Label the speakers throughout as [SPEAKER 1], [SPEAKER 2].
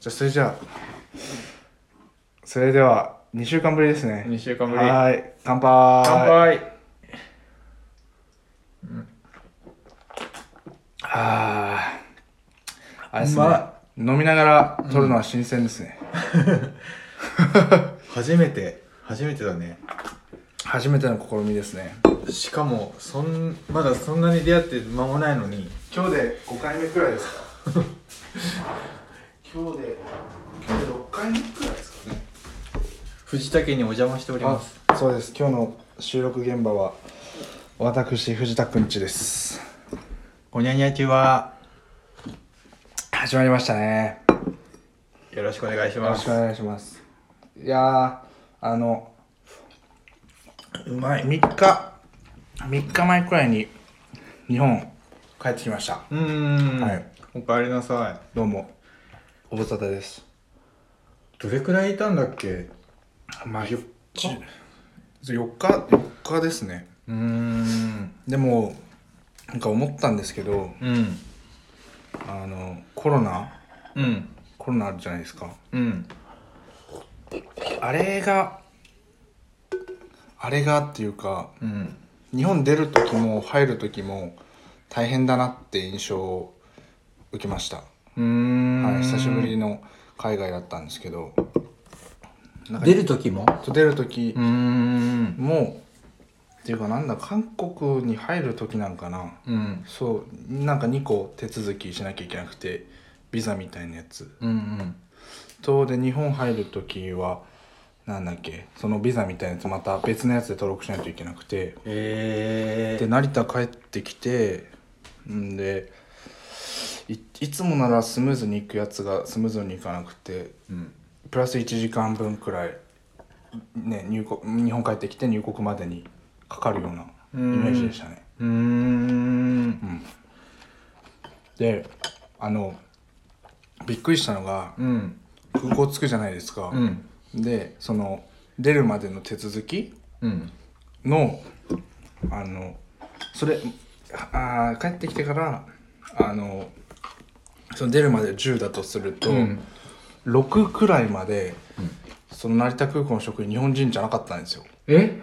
[SPEAKER 1] じゃあそれじゃあそれでは2週間ぶりですね
[SPEAKER 2] 2週間ぶり
[SPEAKER 1] はーい乾杯
[SPEAKER 2] 乾杯
[SPEAKER 1] あーあれですね
[SPEAKER 2] うま
[SPEAKER 1] 飲みながら撮るのは新鮮ですね、
[SPEAKER 2] 初めて初めてだね
[SPEAKER 1] 初めての試みですね
[SPEAKER 2] しかもそんまだそんなに出会って間もないのに
[SPEAKER 1] 今日で5回目くらいですか 今日で今日で6回目くらいですかね
[SPEAKER 2] 藤田家にお邪魔しております
[SPEAKER 1] あそうです今日の収録現場は私藤田くんちです
[SPEAKER 2] おにゃにゃちは
[SPEAKER 1] 始まりましたね
[SPEAKER 2] よろしくお願いし
[SPEAKER 1] よろ
[SPEAKER 2] ま
[SPEAKER 1] し
[SPEAKER 2] す
[SPEAKER 1] くお願いしますいやーあのうまい3日3日前くらいに日本帰ってきました
[SPEAKER 2] うーん、
[SPEAKER 1] はい
[SPEAKER 2] おかえりなさ
[SPEAKER 1] どうもご無沙汰です
[SPEAKER 2] いどれくらいいたんだっけう
[SPEAKER 1] まあ4日4日4日ですね
[SPEAKER 2] ーん
[SPEAKER 1] でもなんか思ったんですけど
[SPEAKER 2] うん
[SPEAKER 1] あのコロナ
[SPEAKER 2] うん
[SPEAKER 1] コロナあるじゃないですか
[SPEAKER 2] うん
[SPEAKER 1] あれがあれがっていうか
[SPEAKER 2] うん
[SPEAKER 1] 日本出る時も入る時も大変だなって印象を受けました、
[SPEAKER 2] うーん、
[SPEAKER 1] はい、久しぶりの海外だったんですけどなんか
[SPEAKER 2] 出る時も
[SPEAKER 1] 出る時
[SPEAKER 2] うーん
[SPEAKER 1] も、っていうかなんだ韓国に入る時なんかな
[SPEAKER 2] うん
[SPEAKER 1] そうなんか2個手続きしなきゃいけなくてビザみたいなやつ
[SPEAKER 2] うんうん
[SPEAKER 1] とで日本入る時はなんだっけそのビザみたいなやつまた別のやつで登録しないといけなくて
[SPEAKER 2] え
[SPEAKER 1] で成田帰ってきてんでいいつもならスムーズに行くやつがスムーズに行かなくて
[SPEAKER 2] うん
[SPEAKER 1] プラス1時間分くらい、ね、入国日本帰ってきて入国までにかかるようなイメージでしたね。
[SPEAKER 2] うーん
[SPEAKER 1] であのびっくりしたのが
[SPEAKER 2] うん
[SPEAKER 1] 空港着くじゃないですか、
[SPEAKER 2] うん
[SPEAKER 1] でその出るまでの手続き
[SPEAKER 2] うん
[SPEAKER 1] のあのそれあー帰ってきてからあのその出るまで10だとすると、
[SPEAKER 2] うん
[SPEAKER 1] 6くらいまで、その成田空港の職員日本人じゃなかったんですよ
[SPEAKER 2] え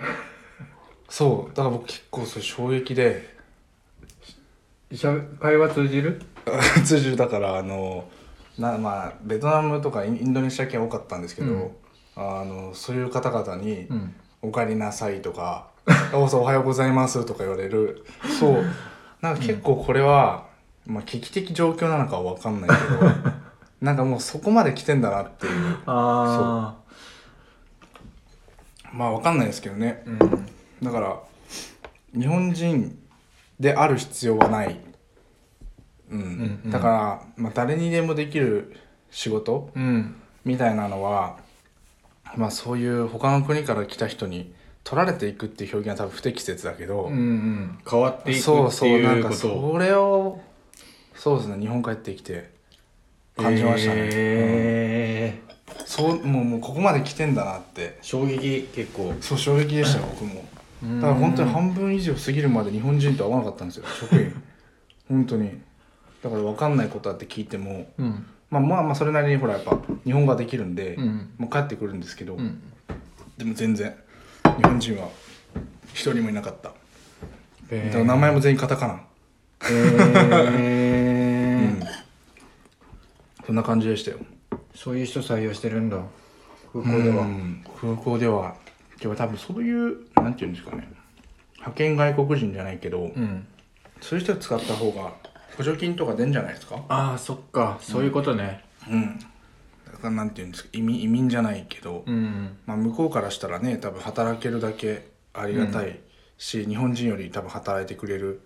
[SPEAKER 1] そうだから僕結構それ衝撃で
[SPEAKER 2] しゃ会話通じる
[SPEAKER 1] 通じるだからあのなまあベトナムとかインインドネシア系多かったんですけど、
[SPEAKER 2] うん
[SPEAKER 1] あのそういう方々に、
[SPEAKER 2] うん
[SPEAKER 1] おかえりなさいとか 「おおはようございます」とか言われるそうなんか結構これは、まあ、危機的状況なのかは分かんないけど なんかもうそこまで来てんだなっていう
[SPEAKER 2] あ
[SPEAKER 1] まあ分かんないですけどね
[SPEAKER 2] あうん
[SPEAKER 1] だから日本人である必要はない、うん
[SPEAKER 2] んうん
[SPEAKER 1] だから、まあ、誰にでもできる仕事
[SPEAKER 2] うん
[SPEAKER 1] みたいなのは、まあ、そういう他の国から来た人に取られていくっていう表現は多分不適切だけど、
[SPEAKER 2] うんうん変わっていくって
[SPEAKER 1] そうそうないん
[SPEAKER 2] う
[SPEAKER 1] か
[SPEAKER 2] ことを
[SPEAKER 1] それをそうですね日本帰ってきて感じましたね、
[SPEAKER 2] え
[SPEAKER 1] う
[SPEAKER 2] ー
[SPEAKER 1] んそうもうもうここまで来てんだなって
[SPEAKER 2] 衝撃結構
[SPEAKER 1] そう衝撃でした よ僕も
[SPEAKER 2] うん
[SPEAKER 1] だから本当に半分以上過ぎるまで日本人と会わなかったんですよ 職員本当にだから分かんないことあって聞いても、
[SPEAKER 2] うん
[SPEAKER 1] まあ、まあまあそれなりにほらやっぱ日本語ができるんで、
[SPEAKER 2] うん
[SPEAKER 1] もう帰ってくるんですけど、
[SPEAKER 2] うん
[SPEAKER 1] でも全然日本人は一人もいなかった、
[SPEAKER 2] え
[SPEAKER 1] だから 名前も全員カタカナ
[SPEAKER 2] え
[SPEAKER 1] うんそんな感じでしたよ
[SPEAKER 2] そういう人採用してるんだ空
[SPEAKER 1] 空港
[SPEAKER 2] 港
[SPEAKER 1] で
[SPEAKER 2] で
[SPEAKER 1] は、
[SPEAKER 2] は
[SPEAKER 1] 空港ではでも多分そういうなんていうんですかね派遣外国人じゃないけど、
[SPEAKER 2] うん
[SPEAKER 1] そういう人使った方が補助金とか出んじゃないですか
[SPEAKER 2] ああそっかそういうことね
[SPEAKER 1] うんだからなんていうんですか移民移民じゃないけど、
[SPEAKER 2] うん
[SPEAKER 1] まあ、向こうからしたらね多分働けるだけありがたいし、日本人より多分働いてくれる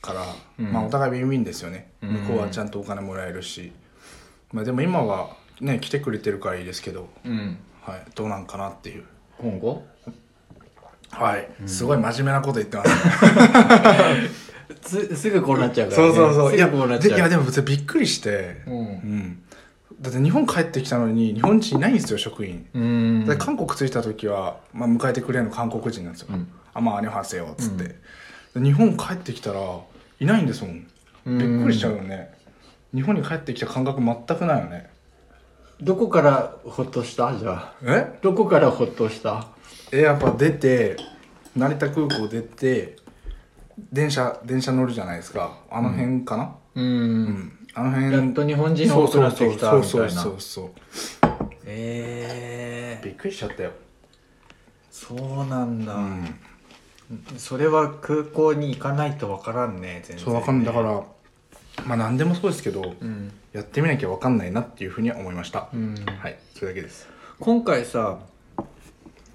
[SPEAKER 1] から、まあお互いウィンウィンですよね、
[SPEAKER 2] うん
[SPEAKER 1] 向こうはちゃんとお金もらえるし、まあ、でも今はね来てくれてるからいいですけど、
[SPEAKER 2] うん
[SPEAKER 1] はい、どうなんかなっていう
[SPEAKER 2] 今後
[SPEAKER 1] はい、すごい真面目なこと言ってます、ね、
[SPEAKER 2] すすぐこうなっちゃうか
[SPEAKER 1] そ
[SPEAKER 2] らね
[SPEAKER 1] うそうそう
[SPEAKER 2] す
[SPEAKER 1] いや
[SPEAKER 2] ぐこうなっち
[SPEAKER 1] でい
[SPEAKER 2] ゃ
[SPEAKER 1] や
[SPEAKER 2] う
[SPEAKER 1] でも別にびっくりして、
[SPEAKER 2] う
[SPEAKER 1] うんん、だって日本帰ってきたのに日本人いないんですよ職員、
[SPEAKER 2] うん
[SPEAKER 1] で韓国着いた時は、まあ、迎えてくれるの韓国人なんですよ「
[SPEAKER 2] うん
[SPEAKER 1] あまあアニョハセよ」っつって、で日本帰ってきたらいないんですもんびっくりしちゃうよね、日本に帰ってきた感覚全くないよね
[SPEAKER 2] どこからほっとしたじゃあ
[SPEAKER 1] え
[SPEAKER 2] どこからほっとした
[SPEAKER 1] えやっぱ出て成田空港出て電車電車乗るじゃないですかあの辺かな、
[SPEAKER 2] う
[SPEAKER 1] うん
[SPEAKER 2] ん、
[SPEAKER 1] あの辺
[SPEAKER 2] やっと日本人多くなってきたみたい
[SPEAKER 1] そうそうそう
[SPEAKER 2] な
[SPEAKER 1] そうそう
[SPEAKER 2] ええ
[SPEAKER 1] びっくりしちゃったよ、
[SPEAKER 2] そうなんだ、
[SPEAKER 1] うん、
[SPEAKER 2] それは空港に行かないとわからんね全然ね
[SPEAKER 1] そうわかんないだからまあ何でもそうですけど、
[SPEAKER 2] うん、
[SPEAKER 1] やってみなきゃわかんないなっていうふうには思いました、
[SPEAKER 2] うん、
[SPEAKER 1] はいそれだけです
[SPEAKER 2] 今回さ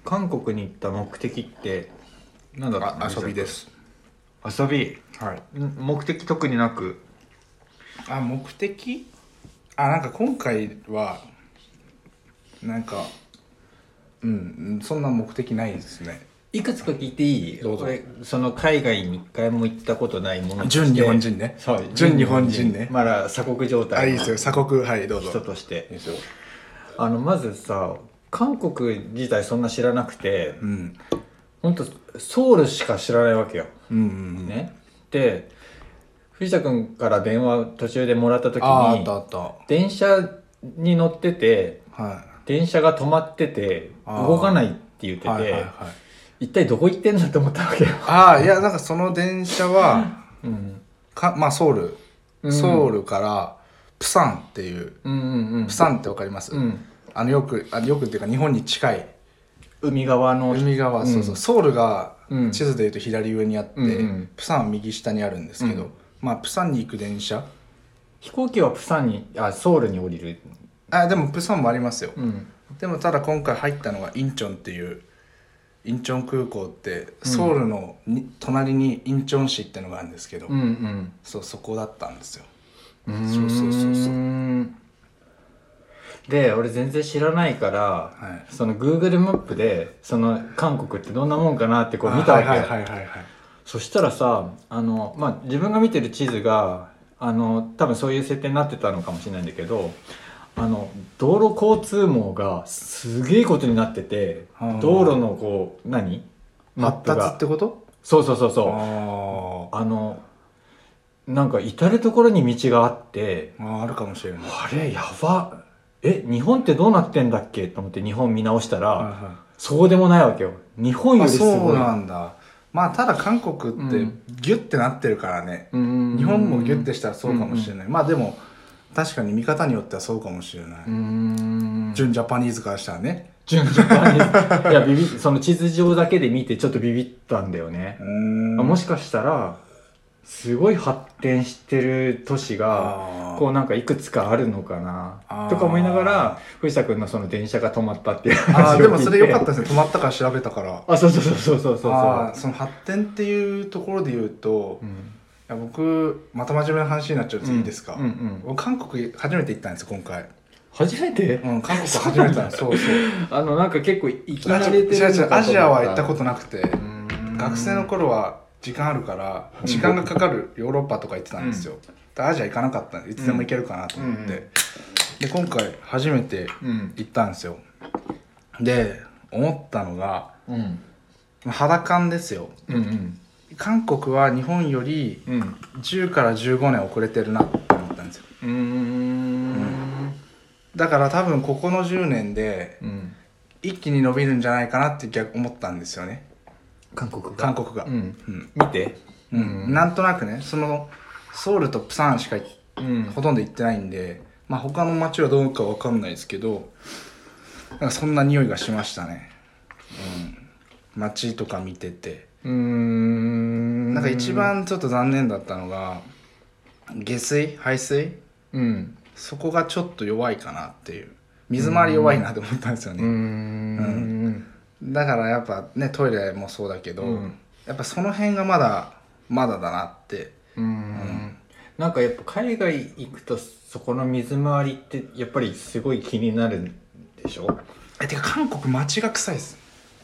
[SPEAKER 2] 韓国に行った目的って何だった
[SPEAKER 1] あ
[SPEAKER 2] の
[SPEAKER 1] 遊びです
[SPEAKER 2] 遊び
[SPEAKER 1] はい
[SPEAKER 2] ん目的特になく
[SPEAKER 1] あ目的あなんか今回はなんかうんそんな目的ないですね
[SPEAKER 2] いくつか聞いていい
[SPEAKER 1] どうぞ
[SPEAKER 2] 俺その海外に一回も行ったことないものと
[SPEAKER 1] 純
[SPEAKER 2] して
[SPEAKER 1] 日本人ね
[SPEAKER 2] そう
[SPEAKER 1] 純日本人ね
[SPEAKER 2] まだ鎖国状
[SPEAKER 1] あい
[SPEAKER 2] 態
[SPEAKER 1] いです
[SPEAKER 2] の
[SPEAKER 1] よ鎖国はいどうぞ
[SPEAKER 2] 人として
[SPEAKER 1] いいですよ
[SPEAKER 2] あのまずさ韓国自体そんな知らなくて
[SPEAKER 1] うん
[SPEAKER 2] 本当ソウルしか知らないわけよ、
[SPEAKER 1] うんうんうん
[SPEAKER 2] ねで藤田君から電話途中でもらった時
[SPEAKER 1] あーあったあ
[SPEAKER 2] に
[SPEAKER 1] っ
[SPEAKER 2] 電車に乗ってて
[SPEAKER 1] たは
[SPEAKER 2] 電車が止まってて
[SPEAKER 1] あー
[SPEAKER 2] 動かないって言ってて、
[SPEAKER 1] いはいはいはい
[SPEAKER 2] 一体どこ行ってんだと思った わけよ、
[SPEAKER 1] ああいやなんかその電車は
[SPEAKER 2] うん、
[SPEAKER 1] かまあソウル、
[SPEAKER 2] うん
[SPEAKER 1] ソウルからプサンっていう
[SPEAKER 2] うんうんうん
[SPEAKER 1] プサンってわかります、
[SPEAKER 2] うん、
[SPEAKER 1] あのよくあのよくっていうか日本に近い
[SPEAKER 2] 海側の
[SPEAKER 1] 海側、
[SPEAKER 2] うん
[SPEAKER 1] そうそうソウルが
[SPEAKER 2] うん
[SPEAKER 1] 地図でいうと左上にあって、
[SPEAKER 2] うんうん
[SPEAKER 1] プサンは右下にあるんですけど、
[SPEAKER 2] うん
[SPEAKER 1] まあプサンに行く電車
[SPEAKER 2] 飛行機はプサンにあソウルに降りる、
[SPEAKER 1] あでもプサンもありますよ、
[SPEAKER 2] うん、
[SPEAKER 1] でもただ今回入ったのがインチョンっていうインチョン空港ってソウルのに、隣にインチョン市ってのがあるんですけど、
[SPEAKER 2] うんうん
[SPEAKER 1] そうそこだったんですよ
[SPEAKER 2] うん
[SPEAKER 1] そうそうそうそう
[SPEAKER 2] で俺全然知らないから、
[SPEAKER 1] は
[SPEAKER 2] その Google マップでその韓国ってどんなもんかなってこう見た
[SPEAKER 1] あ
[SPEAKER 2] わけ、
[SPEAKER 1] はいはいはいはいはい
[SPEAKER 2] そしたらさあの、まあ、自分が見てる地図があの多分そういう設定になってたのかもしれないんだけどあの道路交通網がすげえことになってて、
[SPEAKER 1] うん
[SPEAKER 2] 道路のこう何マッ
[SPEAKER 1] 発
[SPEAKER 2] プ
[SPEAKER 1] 達っ
[SPEAKER 2] が
[SPEAKER 1] てこと
[SPEAKER 2] そうそうそうそう
[SPEAKER 1] あ
[SPEAKER 2] あのなんか至る所に道があって
[SPEAKER 1] ーあーあるかもしれない、
[SPEAKER 2] あれやばえ日本ってどうなってんだっけと思って日本見直したら、
[SPEAKER 1] はいはい
[SPEAKER 2] そうでもないわけよ日本よ
[SPEAKER 1] あ
[SPEAKER 2] りす
[SPEAKER 1] そ
[SPEAKER 2] ご
[SPEAKER 1] う
[SPEAKER 2] い
[SPEAKER 1] なんだまあただ韓国っ
[SPEAKER 2] う
[SPEAKER 1] て
[SPEAKER 2] ん
[SPEAKER 1] ギュッてなってるからね、
[SPEAKER 2] うん
[SPEAKER 1] 日本もギュッてしたらそうかもしれない、まあでも確かに見方によってはそうかもしれない、
[SPEAKER 2] うん
[SPEAKER 1] 純ジャパニーズからしたらね
[SPEAKER 2] 順番に いやビビその地図上だけで見てちょっとビビったんだよね
[SPEAKER 1] う、ん
[SPEAKER 2] あもしかしたらすごい発展してる都市が
[SPEAKER 1] あー
[SPEAKER 2] こうなんかいくつかあるのかな
[SPEAKER 1] あー
[SPEAKER 2] とか思いながら藤田君のその電車が止まったっていう
[SPEAKER 1] あ
[SPEAKER 2] 話
[SPEAKER 1] ー
[SPEAKER 2] を聞いて
[SPEAKER 1] でもそ れ良かったですね止まったから調べたから
[SPEAKER 2] あそうそうそうそうそうそう
[SPEAKER 1] あーその発展っていうところで言うと、
[SPEAKER 2] う
[SPEAKER 1] い
[SPEAKER 2] ん
[SPEAKER 1] や僕また真面目な話になっちゃうといいですか、
[SPEAKER 2] うんうん、
[SPEAKER 1] 僕韓国初めて行ったんですよ今回、
[SPEAKER 2] 初めて
[SPEAKER 1] うん、韓国初めてなんですそうそう
[SPEAKER 2] あのなんか結構行き
[SPEAKER 1] あ
[SPEAKER 2] 慣れてる
[SPEAKER 1] 違う違うアジアは行ったこととなくて、
[SPEAKER 2] うん
[SPEAKER 1] 学生の頃は時間あるから時間がかかるヨーロッパとか行ってたんですよ、でアジア行かなかったんでいつでも行けるかなと思って、
[SPEAKER 2] うんうん
[SPEAKER 1] で今回初めて
[SPEAKER 2] うん
[SPEAKER 1] 行ったんですよで思ったのが
[SPEAKER 2] うん
[SPEAKER 1] 肌感ですよ
[SPEAKER 2] うんうん
[SPEAKER 1] 韓国は日本より
[SPEAKER 2] うん
[SPEAKER 1] 10から15年遅れてるなって思ったんですよ
[SPEAKER 2] うーん
[SPEAKER 1] だから多分ここの10年で
[SPEAKER 2] うん
[SPEAKER 1] 一気に伸びるんじゃないかなって逆思ったんですよね
[SPEAKER 2] 韓国が
[SPEAKER 1] 韓国が、
[SPEAKER 2] うん
[SPEAKER 1] うん
[SPEAKER 2] 見て
[SPEAKER 1] うん
[SPEAKER 2] うん
[SPEAKER 1] なんとなくねそのソウルとプサンしか行っ
[SPEAKER 2] うん
[SPEAKER 1] ほとんど行ってないんで、まあ、他の町はどうかわかんないですけどなんかそんな匂いがしましたね、うん、街とか見てて
[SPEAKER 2] うーん
[SPEAKER 1] なんか一番ちょっと残念だったのが下水排水
[SPEAKER 2] うん
[SPEAKER 1] そこがちょっと弱いかなっていう水回り弱いなと思ったんですよ
[SPEAKER 2] うー
[SPEAKER 1] ね、
[SPEAKER 2] ん
[SPEAKER 1] だからやっぱねトイレもそうだけど、
[SPEAKER 2] うん
[SPEAKER 1] やっぱその辺がまだまだだなって
[SPEAKER 2] うーんなんかやっぱ海外行くとそこの水回りってやっぱりすごい気になるんでしょ
[SPEAKER 1] えてか韓国街が臭いです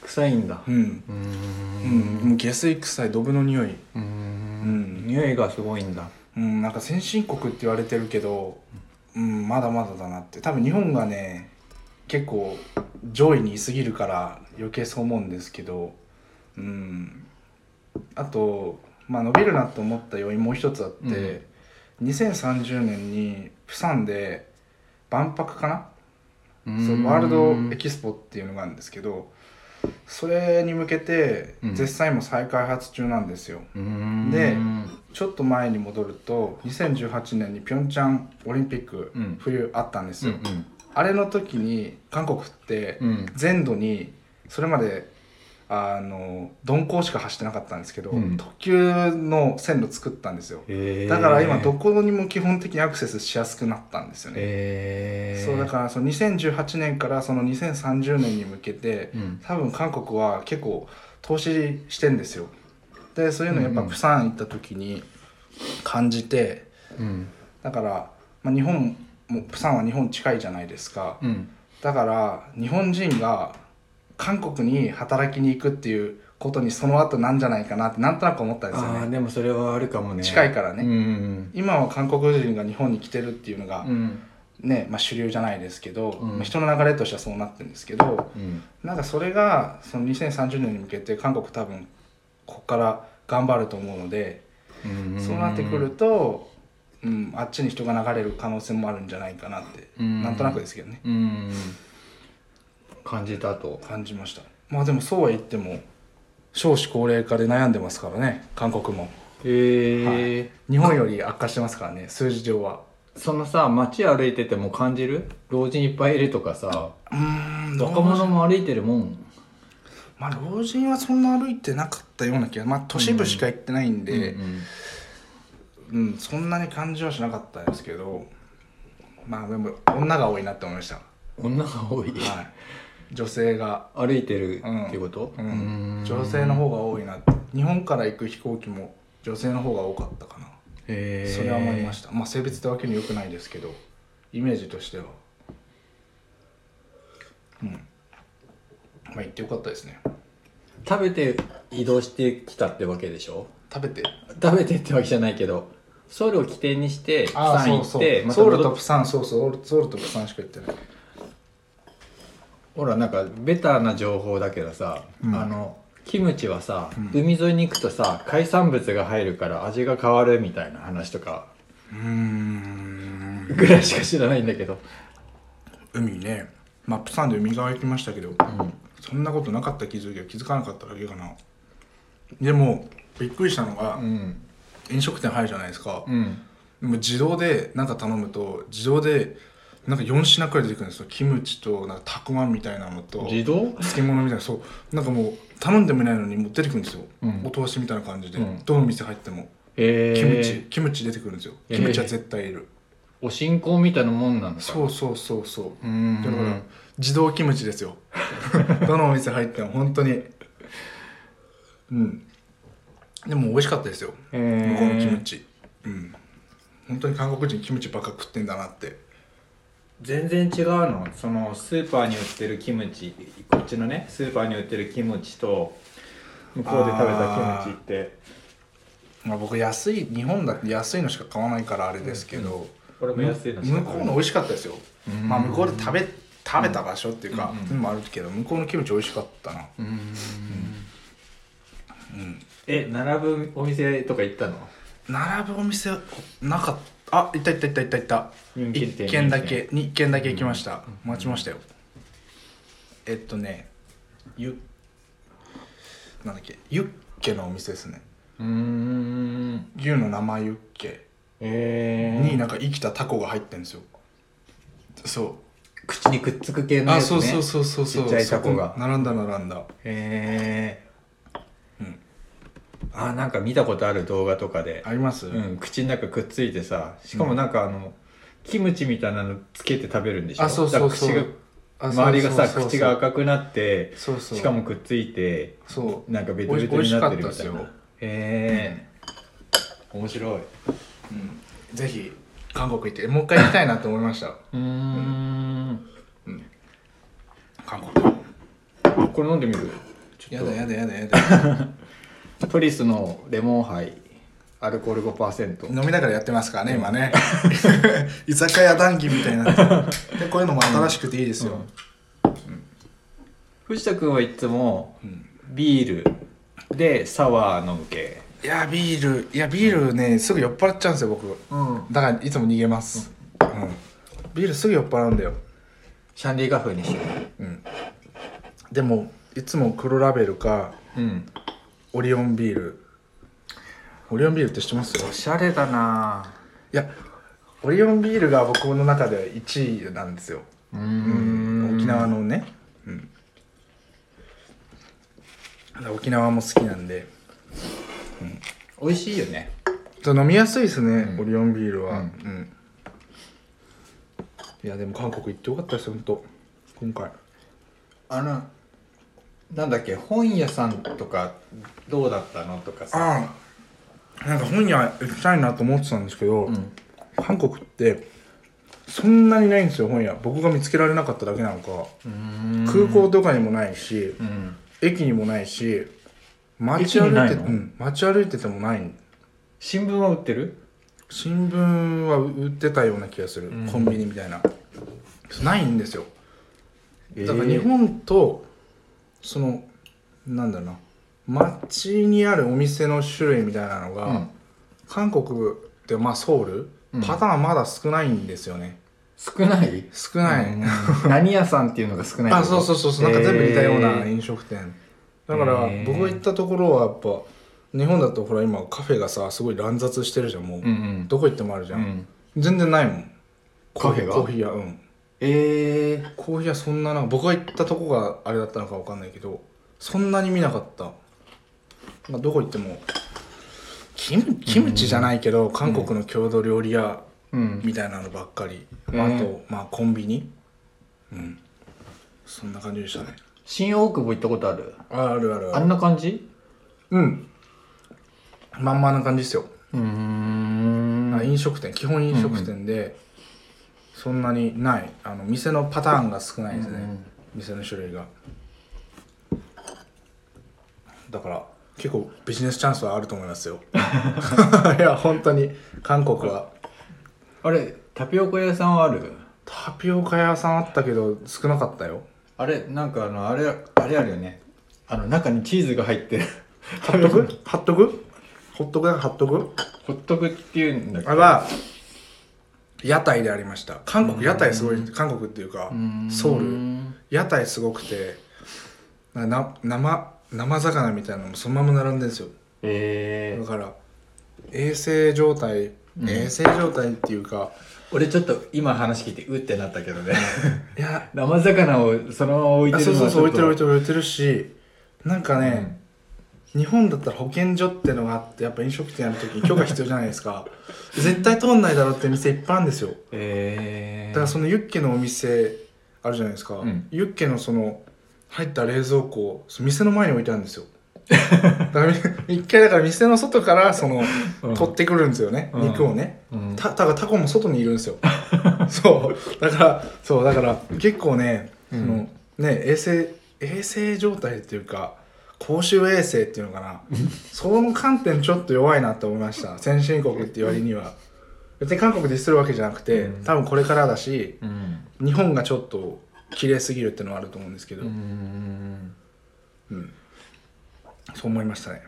[SPEAKER 2] 臭いんだ
[SPEAKER 1] うん、
[SPEAKER 2] うー
[SPEAKER 1] うんん、もう下水臭いドブの匂いう
[SPEAKER 2] ー
[SPEAKER 1] うんん
[SPEAKER 2] 匂いがすごいんだ
[SPEAKER 1] うん、なんか先進国って言われてるけど、うん、まだまだだなって多分日本がね結構上位にいすぎるから余計そう思うんですけど、うん、あと、まあ、伸びるなと思った要因もう一つあって、2030年にプサンで万博かなそのワールドエキスポっていうのがあるんですけどそれに向けて
[SPEAKER 2] うん
[SPEAKER 1] 絶賛今再開発中なんですよ、で
[SPEAKER 2] で
[SPEAKER 1] ちょっと前に戻ると2018年にピョンチャンオリンピック
[SPEAKER 2] うん
[SPEAKER 1] 冬あったんです
[SPEAKER 2] うん
[SPEAKER 1] よ、あれの時に韓国って
[SPEAKER 2] うん
[SPEAKER 1] 全土にそれまであの鈍行しか走ってなかったんですけど、
[SPEAKER 2] うん
[SPEAKER 1] 特急の線路作ったんですよ
[SPEAKER 2] うん
[SPEAKER 1] だから今どこにも基本的にアクセスしやすくなったんですよね、
[SPEAKER 2] えー
[SPEAKER 1] そうだからその2018年からその2030年に向けて
[SPEAKER 2] うん
[SPEAKER 1] 多分韓国は結構投資してんですよでそういうのやっぱ
[SPEAKER 2] うんうん
[SPEAKER 1] プサン行った時に感じて
[SPEAKER 2] うん
[SPEAKER 1] だから、まあ、日本もプサンは日本近いじゃないですか
[SPEAKER 2] うん
[SPEAKER 1] だから日本人が韓国に働きに行くっていうことにその後なんじゃないかなってなんとなく思ったんですよ
[SPEAKER 2] ああ
[SPEAKER 1] ね
[SPEAKER 2] でもそれはあるかもね
[SPEAKER 1] 近いからね
[SPEAKER 2] うん
[SPEAKER 1] 今は韓国人が日本に来てるっていうのが
[SPEAKER 2] うんうん
[SPEAKER 1] ね、まあ、主流じゃないですけど、
[SPEAKER 2] うん
[SPEAKER 1] まあ人の流れとしてはそうなってるんですけど
[SPEAKER 2] うん
[SPEAKER 1] なんかそれがその2030年に向けて韓国多分ここから頑張ると思うので、
[SPEAKER 2] うん
[SPEAKER 1] そうなってくると、うん、あっちに人が流れる可能性もあるんじゃないかなって、
[SPEAKER 2] うん
[SPEAKER 1] なんとなくですけどね
[SPEAKER 2] うん感じたと
[SPEAKER 1] 感じましたまあでもそうは言っても少子高齢化で悩んでますからね韓国も
[SPEAKER 2] へえ
[SPEAKER 1] 日本より悪化してますからね数字上は
[SPEAKER 2] そのさ街歩いてても感じる老人いっぱいいるとかさ
[SPEAKER 1] うーん
[SPEAKER 2] 若者も歩いてるもん
[SPEAKER 1] まあ老人はそんな歩いてなかったような気がまあ都市部しか行ってないんで、
[SPEAKER 2] うん
[SPEAKER 1] うん、そんなに感じはしなかったんですけどまあでも女が多いなって思いました、は
[SPEAKER 2] うん女が多い
[SPEAKER 1] い、女性が、
[SPEAKER 2] 歩いてるっていうこと
[SPEAKER 1] う
[SPEAKER 2] うんん
[SPEAKER 1] 女性の方が多いなって日本から行く飛行機も女性の方が多かったかな、
[SPEAKER 2] へー
[SPEAKER 1] それは思いましたまあ性別ってわけによくないですけどイメージとしてはうんまあ行ってよかったですね
[SPEAKER 2] 食べて移動してきたってわけでしょ
[SPEAKER 1] 食べて
[SPEAKER 2] 食べてってわけじゃないけどソウルを起点にしてプ
[SPEAKER 1] ああ
[SPEAKER 2] サン
[SPEAKER 1] そうそ
[SPEAKER 2] 行っ
[SPEAKER 1] う、
[SPEAKER 2] てまた
[SPEAKER 1] ソウル
[SPEAKER 2] 戻
[SPEAKER 1] と
[SPEAKER 2] っ
[SPEAKER 1] プサンそうそうソウルとプサンしか行ってない
[SPEAKER 2] ほらなんかベターな情報だけどさ、
[SPEAKER 1] うん
[SPEAKER 2] あのキムチはさ、
[SPEAKER 1] うん
[SPEAKER 2] 海沿いに行くとさ海産物が入るから味が変わるみたいな話とか
[SPEAKER 1] うーん
[SPEAKER 2] ぐらいしか知らないんだけど、
[SPEAKER 1] 海ねまあプサンで海側行きましたけど
[SPEAKER 2] うん、
[SPEAKER 1] そんなことなかった気づきは気づかなかっただけかなでもびっくりしたのが、
[SPEAKER 2] うん
[SPEAKER 1] 飲食店入るじゃないですか、
[SPEAKER 2] うん
[SPEAKER 1] でも自動で何か頼むと自動でなんか4品くらい出てくるんですよキムチとなんかたくあんみたいなのと
[SPEAKER 2] 自動
[SPEAKER 1] 漬物みたいなそうなんかもう頼んでもいないのにもう出てくるんですよ、
[SPEAKER 2] うん
[SPEAKER 1] お通しみたいな感じで、
[SPEAKER 2] うん
[SPEAKER 1] どの店入っても
[SPEAKER 2] えー、
[SPEAKER 1] キムチ、キムチ出てくるんですよ
[SPEAKER 2] えー
[SPEAKER 1] キムチは絶対いる、
[SPEAKER 2] お信仰みたいなもんなんだ
[SPEAKER 1] そうそうそうそう
[SPEAKER 2] うーん
[SPEAKER 1] だから自動キムチです よどのお店入っても本当にうんでも美味しかったですよ
[SPEAKER 2] え
[SPEAKER 1] 向こうのキム
[SPEAKER 2] ー、
[SPEAKER 1] チうん本当に韓国人キムチばっか食ってんだなって
[SPEAKER 2] 全然違うのそのスーパーに売ってるキムチこっちのねスーパーに売ってるキムチと向こうで食べたキムチって
[SPEAKER 1] まあ僕安い日本だって安いのしか買わないからあれですけど、
[SPEAKER 2] これも安いのしか
[SPEAKER 1] 向こうの美味しかったですよ、
[SPEAKER 2] うん
[SPEAKER 1] まあ向こうで食べ食べた場所っていうか、
[SPEAKER 2] うんうん
[SPEAKER 1] そういうのもあるけど向こうのキムチ美味しかったな
[SPEAKER 2] うーんえ並ぶお店とか行ったの
[SPEAKER 1] 並ぶお店なかったあ行った行った行った行った行った
[SPEAKER 2] 人気店
[SPEAKER 1] 1軒だけ2軒だけ行きました、待ちましたよえっとねゆなんだっけユッケのお店ですね
[SPEAKER 2] うーん
[SPEAKER 1] 牛の生ユッケ
[SPEAKER 2] えー、
[SPEAKER 1] になんか生きたタコが入ってるんですよそ
[SPEAKER 2] 口にくっつく系
[SPEAKER 1] う、
[SPEAKER 2] のや
[SPEAKER 1] あ
[SPEAKER 2] つ、ね、
[SPEAKER 1] そうそうそうそうそう
[SPEAKER 2] ちっちゃいタコが
[SPEAKER 1] そこ並んだ並んだ
[SPEAKER 2] へえ
[SPEAKER 1] うん
[SPEAKER 2] あなんか見たことある動画とかで
[SPEAKER 1] あ、ります、
[SPEAKER 2] うん、口の中くっついてさしかもなんかあの、キムチみたいなのつけて食べるんでしょ
[SPEAKER 1] あそうそうそう
[SPEAKER 2] だから
[SPEAKER 1] あ
[SPEAKER 2] 口が周りがさ
[SPEAKER 1] そうそうそう
[SPEAKER 2] 口が赤くなって
[SPEAKER 1] そうそう
[SPEAKER 2] しかもくっついて
[SPEAKER 1] そう
[SPEAKER 2] なんかベトベト
[SPEAKER 1] 美味
[SPEAKER 2] になってるみ
[SPEAKER 1] した
[SPEAKER 2] い
[SPEAKER 1] か
[SPEAKER 2] な
[SPEAKER 1] った
[SPEAKER 2] へ
[SPEAKER 1] ですよ
[SPEAKER 2] え、面白い
[SPEAKER 1] ぜひ韓国行ってもう一回行きたいなと思いました
[SPEAKER 2] うーん
[SPEAKER 1] 韓国
[SPEAKER 2] これ飲んでみるちょ
[SPEAKER 1] や
[SPEAKER 2] っ
[SPEAKER 1] だやだやだやだ
[SPEAKER 2] とトリスのレモンハイアルコール5%
[SPEAKER 1] 飲みながらやってますからね今ね 居酒屋談義みたいに なってでこういうのも新しくていいですよ、
[SPEAKER 2] 藤田君はいつも
[SPEAKER 1] ん
[SPEAKER 2] ビールでサワー飲む系
[SPEAKER 1] いやビールいやビールねすぐ酔っ払っちゃうんですよ僕
[SPEAKER 2] うん
[SPEAKER 1] だからいつも逃げます、うんビールすぐ酔っ払うんだよ
[SPEAKER 2] シャンディガフにして
[SPEAKER 1] うんでもいつも黒ラベルか
[SPEAKER 2] うん
[SPEAKER 1] オリオンビールオリオンビールって知ってます
[SPEAKER 2] おしゃれだない
[SPEAKER 1] やオリオンビールが僕の中では1位なんですよ
[SPEAKER 2] うー
[SPEAKER 1] うん
[SPEAKER 2] ん
[SPEAKER 1] 沖縄のね、うん、だから沖縄も好きなんで
[SPEAKER 2] 美味しいよね
[SPEAKER 1] ちょっと飲みやすいですね、
[SPEAKER 2] うん
[SPEAKER 1] オリオンビールは、
[SPEAKER 2] う
[SPEAKER 1] うんんいやでも韓国行ってよかったです本当今回
[SPEAKER 2] あのなんだっけ本屋さんとかどうだったのとかさ
[SPEAKER 1] ああなんか本屋行きたいなと思ってたんですけど、
[SPEAKER 2] うん
[SPEAKER 1] 韓国ってそんなにないんですよ本屋僕が見つけられなかっただけなのか、
[SPEAKER 2] うーん
[SPEAKER 1] 空港とかにもないし、
[SPEAKER 2] うん
[SPEAKER 1] 駅にもないし
[SPEAKER 2] 駅
[SPEAKER 1] 街歩
[SPEAKER 2] にないい
[SPEAKER 1] て
[SPEAKER 2] の
[SPEAKER 1] うん、街歩いててもない
[SPEAKER 2] 新聞は売ってる
[SPEAKER 1] 新聞は売ってたような気がする、
[SPEAKER 2] うん
[SPEAKER 1] コンビニみたいなないんですよだから
[SPEAKER 2] え
[SPEAKER 1] 日
[SPEAKER 2] ー
[SPEAKER 1] 本と、そのなんだろうな街にあるお店の種類みたいなのが、
[SPEAKER 2] うん
[SPEAKER 1] 韓国ってまあソウル、
[SPEAKER 2] うん
[SPEAKER 1] パターンまだ少ないんですよね
[SPEAKER 2] 少ない
[SPEAKER 1] 少ない、
[SPEAKER 2] うん何屋さんっていうのが少ない
[SPEAKER 1] あそうそうそうそうなんか全部似たような
[SPEAKER 2] え
[SPEAKER 1] 飲食店、だから
[SPEAKER 2] へー
[SPEAKER 1] 僕が行ったところはやっぱ日本だとほら今カフェがさすごい乱雑してるじゃんもう、
[SPEAKER 2] ーうんうん
[SPEAKER 1] どこ行ってもあるじ
[SPEAKER 2] う
[SPEAKER 1] ゃん、
[SPEAKER 2] ん
[SPEAKER 1] 全然ないもん
[SPEAKER 2] カフェが
[SPEAKER 1] コーヒー屋うん
[SPEAKER 2] えー
[SPEAKER 1] コーヒー屋そんななんか僕が行ったとこがあれだったのかわかんないけどそんなに見なかった、まあ、どこ行ってもキムキムチじゃないけど、韓国の郷土料理屋
[SPEAKER 2] うん
[SPEAKER 1] みたいなのばっかり、
[SPEAKER 2] うん
[SPEAKER 1] あとまあコンビニうんそんな感じでしたね
[SPEAKER 2] 新大久保行ったことある
[SPEAKER 1] ああるある
[SPEAKER 2] あ
[SPEAKER 1] ある
[SPEAKER 2] んな感じ
[SPEAKER 1] うんまんまな感じですよ、
[SPEAKER 2] うーん
[SPEAKER 1] あ飲食店基本飲食店で、そんなにないあの店のパターンが少ないですね、
[SPEAKER 2] うん
[SPEAKER 1] 店の種類がだから結構ビジネスチャンスはあると思い ますよいや本当に韓国は
[SPEAKER 2] あれタピオカ屋さんはある
[SPEAKER 1] タピオカ屋さんあったけど少なかったよ
[SPEAKER 2] あれなんかあのあれあれあるよねあの中にチーズが入ってる
[SPEAKER 1] 貼っとく貼っとくほっとくだ貼っとく
[SPEAKER 2] ホットクっていうんだけど
[SPEAKER 1] あれは屋台でありました韓国屋台すごい韓国っていうか
[SPEAKER 2] うん
[SPEAKER 1] ソウル屋台すごくてなな生生魚みたいなのもそのまま並んでるんですよ
[SPEAKER 2] え
[SPEAKER 1] だ
[SPEAKER 2] ー、
[SPEAKER 1] から衛生状態、
[SPEAKER 2] うん
[SPEAKER 1] 衛生状態っていうか
[SPEAKER 2] 俺ちょっと今話聞いてうってなったけどね
[SPEAKER 1] いや
[SPEAKER 2] 生魚をそのまま置い
[SPEAKER 1] あ
[SPEAKER 2] て
[SPEAKER 1] そ
[SPEAKER 2] る
[SPEAKER 1] う
[SPEAKER 2] の
[SPEAKER 1] そうそう
[SPEAKER 2] は
[SPEAKER 1] 置いてる置い
[SPEAKER 2] て
[SPEAKER 1] てる置いてるしなんか
[SPEAKER 2] る
[SPEAKER 1] ね、日本だったら保健所ってのがあってやっぱ飲食店やるときに許可必要じゃないですか絶対通んないだろうって店いっぱいあるんですよ
[SPEAKER 2] えー、
[SPEAKER 1] だからそのユッケのお店あるじゃないですか、
[SPEAKER 2] うん
[SPEAKER 1] ユッケのその入った冷蔵庫その店の前に置いてあるんですよだからみ 一回だから店の外からその、
[SPEAKER 2] うん
[SPEAKER 1] 取ってくるんですよね、
[SPEAKER 2] うん
[SPEAKER 1] 肉をね、
[SPEAKER 2] うん
[SPEAKER 1] ただからタコも外にいるんですよ そうだからそうだから結構ねその、
[SPEAKER 2] うん
[SPEAKER 1] ね衛生衛生状態っていうか公衆衛生っていうのか なその観点ちょっと弱いなと思いました先進国っていう割には別に韓国でするわけじゃなくて、
[SPEAKER 2] うん
[SPEAKER 1] 多分これからだし
[SPEAKER 2] うん
[SPEAKER 1] 日本がちょっと綺麗すぎるっていうのはあると思うんですけど、
[SPEAKER 2] うーん
[SPEAKER 1] うんそう思いましたね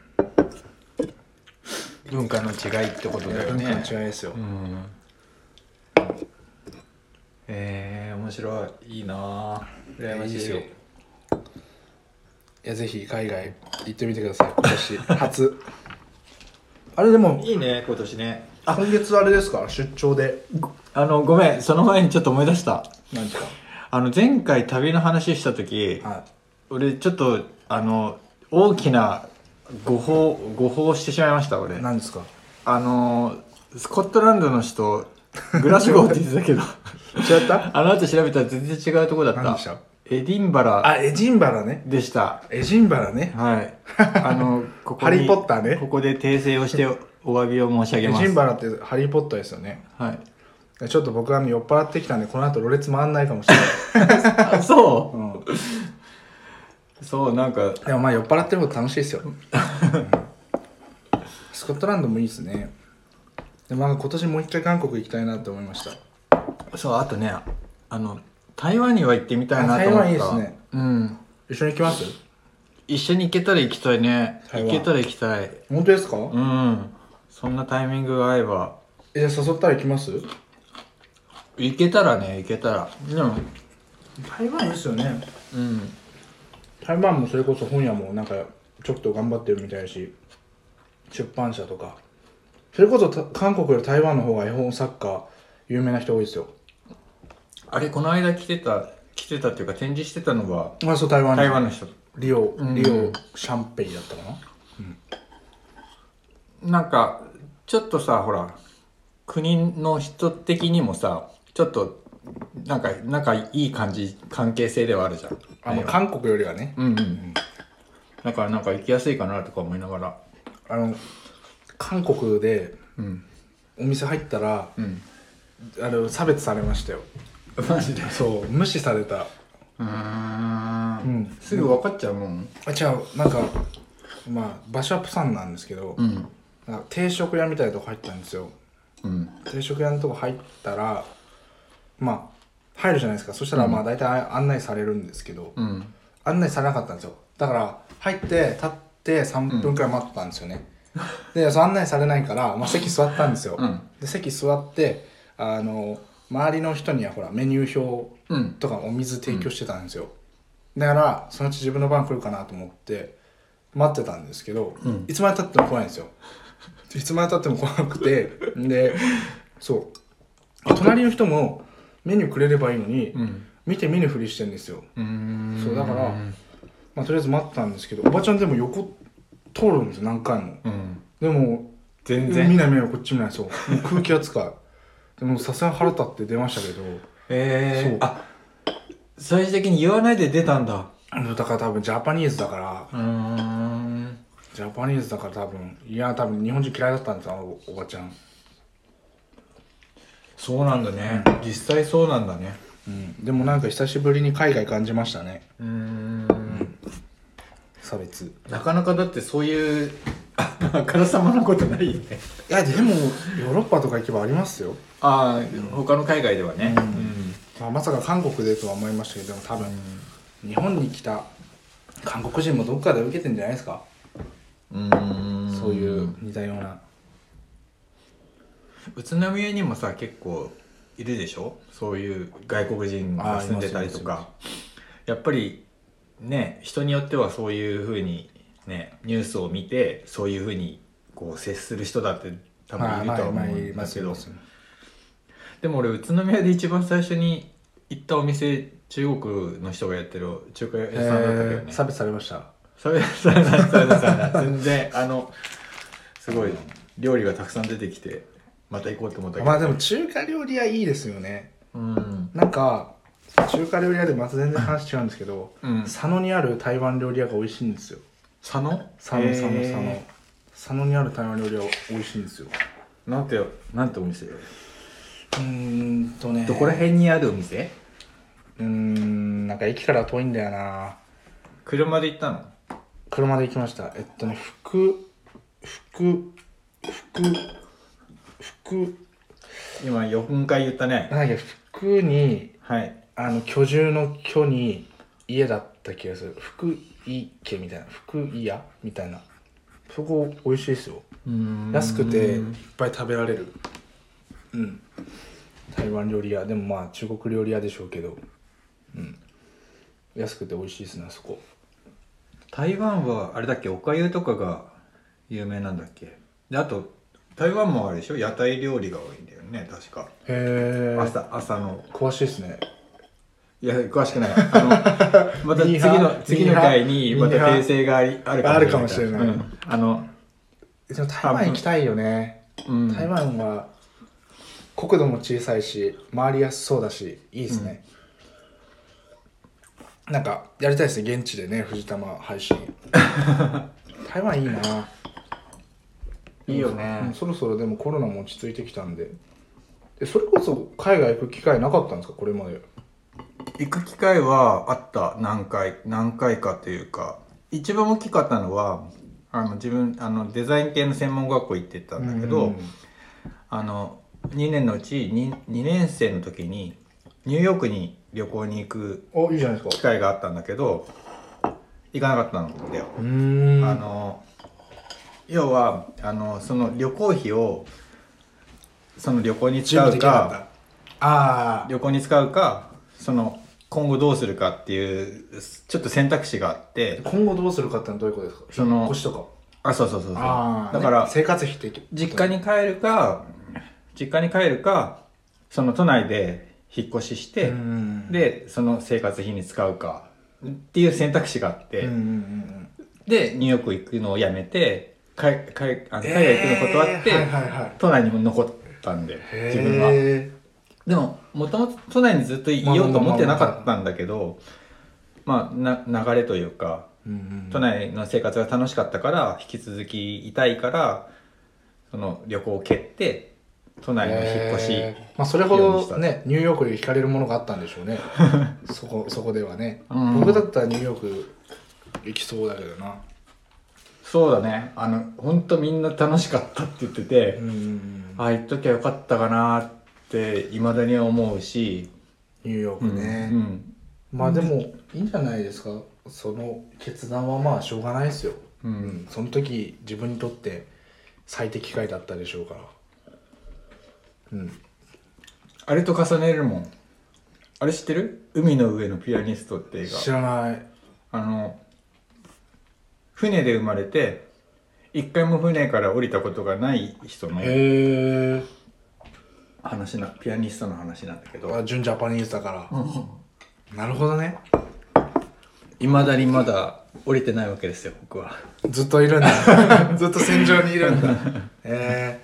[SPEAKER 2] 文化の違いってことだよ
[SPEAKER 1] 文
[SPEAKER 2] ね
[SPEAKER 1] 化の違いですよ、
[SPEAKER 2] うんえー、面白いいいなあ羨ましい
[SPEAKER 1] いいですよいやぜひ海外行ってみてください今年初あれでも
[SPEAKER 2] いいね今年ね
[SPEAKER 1] 今月あれですか出張で
[SPEAKER 2] あのごめんその前にちょっと思い出した
[SPEAKER 1] 何ですか
[SPEAKER 2] あの前回旅の話した時
[SPEAKER 1] は
[SPEAKER 2] 俺ちょっとあの大きな誤報誤報をしてしまいました俺
[SPEAKER 1] い何ですか
[SPEAKER 2] あのスコットランドの人グラスゴーって言ってたけ ど
[SPEAKER 1] 違った
[SPEAKER 2] あの後調べたら全然違うとこだっ
[SPEAKER 1] 何でした
[SPEAKER 2] たエディンバラ
[SPEAKER 1] あエジンバラね
[SPEAKER 2] でした
[SPEAKER 1] エジンバラね
[SPEAKER 2] はいあのここに
[SPEAKER 1] ハリーポッターね
[SPEAKER 2] ここで訂正をしておお詫びを申し上げ
[SPEAKER 1] エ
[SPEAKER 2] ます
[SPEAKER 1] ジンバラってハリー・ポッターですよね
[SPEAKER 2] はい
[SPEAKER 1] ちょっと僕はね酔っ払ってきたんでこの後ろれつ回んないかもしれない、
[SPEAKER 2] あそ
[SPEAKER 1] うん、
[SPEAKER 2] うそうなんか
[SPEAKER 1] でもまあ酔っ払ってる方楽しいです よ、うんスコットランドもいいですねでもなんか今年もう一回韓国行きたいなって思いました
[SPEAKER 2] そうあとねあの台湾には行ってみたいなと思
[SPEAKER 1] あ
[SPEAKER 2] った
[SPEAKER 1] 台湾いいですね
[SPEAKER 2] うん
[SPEAKER 1] 一緒に行きます
[SPEAKER 2] 一緒に行けたら行きたいね
[SPEAKER 1] 台
[SPEAKER 2] 行
[SPEAKER 1] 湾
[SPEAKER 2] けたら行きたい
[SPEAKER 1] 本当ですか、
[SPEAKER 2] うんそんなタイミングが合えば
[SPEAKER 1] えじゃあ誘ったら行きます
[SPEAKER 2] 行けたらね行けたらでも
[SPEAKER 1] 台湾いいっすよね
[SPEAKER 2] うん
[SPEAKER 1] 台湾もそれこそ本屋もなんかちょっと頑張ってるみたいだし出版社とかそれこそた韓国より台湾の方が絵本作家有名な人多いですよ
[SPEAKER 2] あれこの間来てた来てたっていうか展示してたのは
[SPEAKER 1] あそう台湾
[SPEAKER 2] 台湾の人
[SPEAKER 1] リオ
[SPEAKER 2] うん
[SPEAKER 1] リオシャンペイだったかな、
[SPEAKER 2] なんかちょっとさほら国の人的にもさちょっとなんか仲いい感じ関係性ではあるじゃん
[SPEAKER 1] あの韓国よりはね
[SPEAKER 2] うんうんだからなんか行きやすいかなとか思いながら
[SPEAKER 1] あの韓国で
[SPEAKER 2] うん
[SPEAKER 1] お店入ったら
[SPEAKER 2] うん
[SPEAKER 1] あれ差別されましたよ
[SPEAKER 2] マジで
[SPEAKER 1] そう無視された
[SPEAKER 2] うー
[SPEAKER 1] うんん
[SPEAKER 2] すぐ分かっちゃうもん
[SPEAKER 1] あ違うなんかまあ場所はプサンなんですけど、
[SPEAKER 2] うん
[SPEAKER 1] なんか定食屋みたいなとこ入ったんですよ
[SPEAKER 2] うん
[SPEAKER 1] 定食屋のとこ入ったらまあ入るじゃないですかそしたらまあ大体案内されるんですけど、
[SPEAKER 2] うん
[SPEAKER 1] 案内されなかったんですよだから入って立って3分くらい待ったんですよね、でその案内されないから、まあ、席座ったんですよ、
[SPEAKER 2] うん
[SPEAKER 1] で席座ってあの周りの人にはほらメニュー表
[SPEAKER 2] うん
[SPEAKER 1] とかお水提供してたんですよ、だからそのうち自分の番来るかなと思って待ってたんですけど、
[SPEAKER 2] うん
[SPEAKER 1] いつまでたっても来ないんですよいつまでたっても来なくてでそう隣の人もメニューくれればいいのに、
[SPEAKER 2] うん
[SPEAKER 1] 見て見ぬふりしてんですよ、
[SPEAKER 2] うん
[SPEAKER 1] そうだからまあ、とりあえず待ってたんですけどおばちゃんでも横通るんですよ何回も
[SPEAKER 2] うん
[SPEAKER 1] でも
[SPEAKER 2] 全
[SPEAKER 1] 見
[SPEAKER 2] 然
[SPEAKER 1] ない目はこっち見ないそうもう空気扱いでもさすがに腹立って出ましたけどそ
[SPEAKER 2] え
[SPEAKER 1] う
[SPEAKER 2] ー、あ最終的に言わないで出たんだ
[SPEAKER 1] あのだから多分ジャパニーズだから
[SPEAKER 2] うーん
[SPEAKER 1] ジャパニーズだから多分いや多分日本人嫌いだったんですよあのおばちゃん
[SPEAKER 2] そうなんだね実際そうなんだね
[SPEAKER 1] うんでもなんか久しぶりに海外感じましたね
[SPEAKER 2] うーん
[SPEAKER 1] 差別い
[SPEAKER 2] なかなかだってそういうああからさまなことないよね
[SPEAKER 1] やでもヨーロッパとか行けばありますよ、
[SPEAKER 2] ああ他の海外ではね
[SPEAKER 1] うんまあ、まさか韓国でとは思いましたけどでも多分日本に来た韓国人もどっかで受けてんじゃないですか
[SPEAKER 2] うんうん
[SPEAKER 1] そういう似たような
[SPEAKER 2] 宇都宮にもさ結構いるでしょそういう外国人が住んでたりと
[SPEAKER 1] あい
[SPEAKER 2] かやっぱりね人によってはそういうふうにねニュースを見てそういうふうにこう接する人だって多分いるとは思うんだけど
[SPEAKER 1] よ
[SPEAKER 2] でも俺宇都宮で一番最初に行ったお店中国の人がやってる中華屋さんだったけど
[SPEAKER 1] え
[SPEAKER 2] ね
[SPEAKER 1] ー、差別されました
[SPEAKER 2] それそれなそれなそれな全然あのすごい料理がたくさん出てきてまた行こうと思ったけど
[SPEAKER 1] まあでも中華料理屋いいですよね
[SPEAKER 2] うん
[SPEAKER 1] なんか中華料理屋でまた全然話違うんですけど、
[SPEAKER 2] うん
[SPEAKER 1] 佐野にある台湾料理屋が美味しいんですよ
[SPEAKER 2] 佐野
[SPEAKER 1] 佐野佐野佐
[SPEAKER 2] へ
[SPEAKER 1] 野
[SPEAKER 2] ー
[SPEAKER 1] 佐野にある台湾料理屋美味しいんですよ
[SPEAKER 2] なんてなんてお店
[SPEAKER 1] うーんとね
[SPEAKER 2] どこら辺にあるお店
[SPEAKER 1] うーんなんか駅から遠いんだよな
[SPEAKER 2] 車で行ったの
[SPEAKER 1] 車で行きましたえっとね福福福福
[SPEAKER 2] 今4回言ったね
[SPEAKER 1] なんだっけ福に
[SPEAKER 2] はい
[SPEAKER 1] あの居住の居に家だった気がする福井家みたいな福井屋みたいなそこ美味しいですよ安くていっぱい食べられるうん台湾料理屋でもまあ中国料理屋でしょうけどうん安くて美味しいですねあそこ
[SPEAKER 2] 台湾はあれだっけおかゆとかが有名なんだっけであと台湾もあれでしょ屋台料理が多いんだよね確か
[SPEAKER 1] へえ
[SPEAKER 2] 朝朝の
[SPEAKER 1] 詳しいですね
[SPEAKER 2] いや詳しくない あのまた次
[SPEAKER 1] ミー
[SPEAKER 2] の
[SPEAKER 1] ハー
[SPEAKER 2] 次の回にまた
[SPEAKER 1] ミーハー
[SPEAKER 2] 訂正があり
[SPEAKER 1] あ
[SPEAKER 2] あ
[SPEAKER 1] る
[SPEAKER 2] る
[SPEAKER 1] か
[SPEAKER 2] か
[SPEAKER 1] も
[SPEAKER 2] も
[SPEAKER 1] し
[SPEAKER 2] し
[SPEAKER 1] れ
[SPEAKER 2] れ
[SPEAKER 1] な
[SPEAKER 2] ないいうんあの
[SPEAKER 1] でも台湾行きたいよね
[SPEAKER 2] うん
[SPEAKER 1] 台湾は国土も小さいし回りやすそうだしいいですね、なんかやりたいですね現地でね藤玉配 信台湾いいない
[SPEAKER 2] いいよね
[SPEAKER 1] そろそろでもコロナも落ち着いてきたんででそれこそ海外行く機会なかったんですかこれまで
[SPEAKER 2] 行く機会はあった何回何回かというか一番大きかったのはあの自分あのデザイン系の専門学校行ってたんだけ
[SPEAKER 1] う
[SPEAKER 2] ど、
[SPEAKER 1] ん
[SPEAKER 2] あの2年のうち 2, 2年生の時にニューヨークに旅行に行く
[SPEAKER 1] おいいじゃないです
[SPEAKER 2] 機
[SPEAKER 1] か
[SPEAKER 2] 会があったんだけど行かなかったんだよ。
[SPEAKER 1] うーん
[SPEAKER 2] あの要はあのその旅行費をその旅行に
[SPEAKER 1] 準
[SPEAKER 2] 使
[SPEAKER 1] 備
[SPEAKER 2] う
[SPEAKER 1] できなかっ
[SPEAKER 2] か
[SPEAKER 1] たああ
[SPEAKER 2] 旅行に使うかその今後どうするかっていうちょっと選択肢があって
[SPEAKER 1] 今後どうするかってのはどういうことですか
[SPEAKER 2] その
[SPEAKER 1] 引っ越しとか
[SPEAKER 2] あそうそうそうそう
[SPEAKER 1] あ
[SPEAKER 2] だから
[SPEAKER 1] 生活費って
[SPEAKER 2] 実家に帰るか実家に帰るかその都内で引っ越しして、
[SPEAKER 1] うん
[SPEAKER 2] でその生活費に使うかっていう選択肢があって、
[SPEAKER 1] うんうんうん
[SPEAKER 2] でニューヨーク行くのをやめてかいかいあの海外行くの断って、
[SPEAKER 1] えーはいはいはい
[SPEAKER 2] 都内にも残ったんで自分は。
[SPEAKER 1] へ
[SPEAKER 2] でももともと都内にずっといようと思ってなかったんだけどまあな流れというか
[SPEAKER 1] ーうんうん
[SPEAKER 2] 都内の生活が楽しかったから引き続きいたいからその旅行を蹴って都内の引っ越し、
[SPEAKER 1] えーまあ、それほどねニューヨークで惹かれるものがあったんでしょうね そこそこではね、
[SPEAKER 2] うん
[SPEAKER 1] 僕だったらニューヨーク行きそうだけどな
[SPEAKER 2] そうだねあの本当みんな楽しかったって言ってて、
[SPEAKER 1] うんうんうん
[SPEAKER 2] ああ行っときゃよかったかなっていまだに思うし、
[SPEAKER 1] ニューヨークね、
[SPEAKER 2] うん
[SPEAKER 1] まあでもいいんじゃないですかその決断はまあしょうがないですよ、
[SPEAKER 2] うん
[SPEAKER 1] うんその時自分にとって最適解だったでしょうからうん
[SPEAKER 2] あれと重ねるもんあれ知ってる海の上のピアニストって映画
[SPEAKER 1] 知らない
[SPEAKER 2] あの船で生まれて一回も船から降りたことがない人の
[SPEAKER 1] へえ
[SPEAKER 2] 話なピアニストの話なんだけど
[SPEAKER 1] 純ジャパニーズだからなるほどね
[SPEAKER 2] いまだにまだ降りてないわけですよ僕は
[SPEAKER 1] ずっといるん だずっと戦場にいるんだえ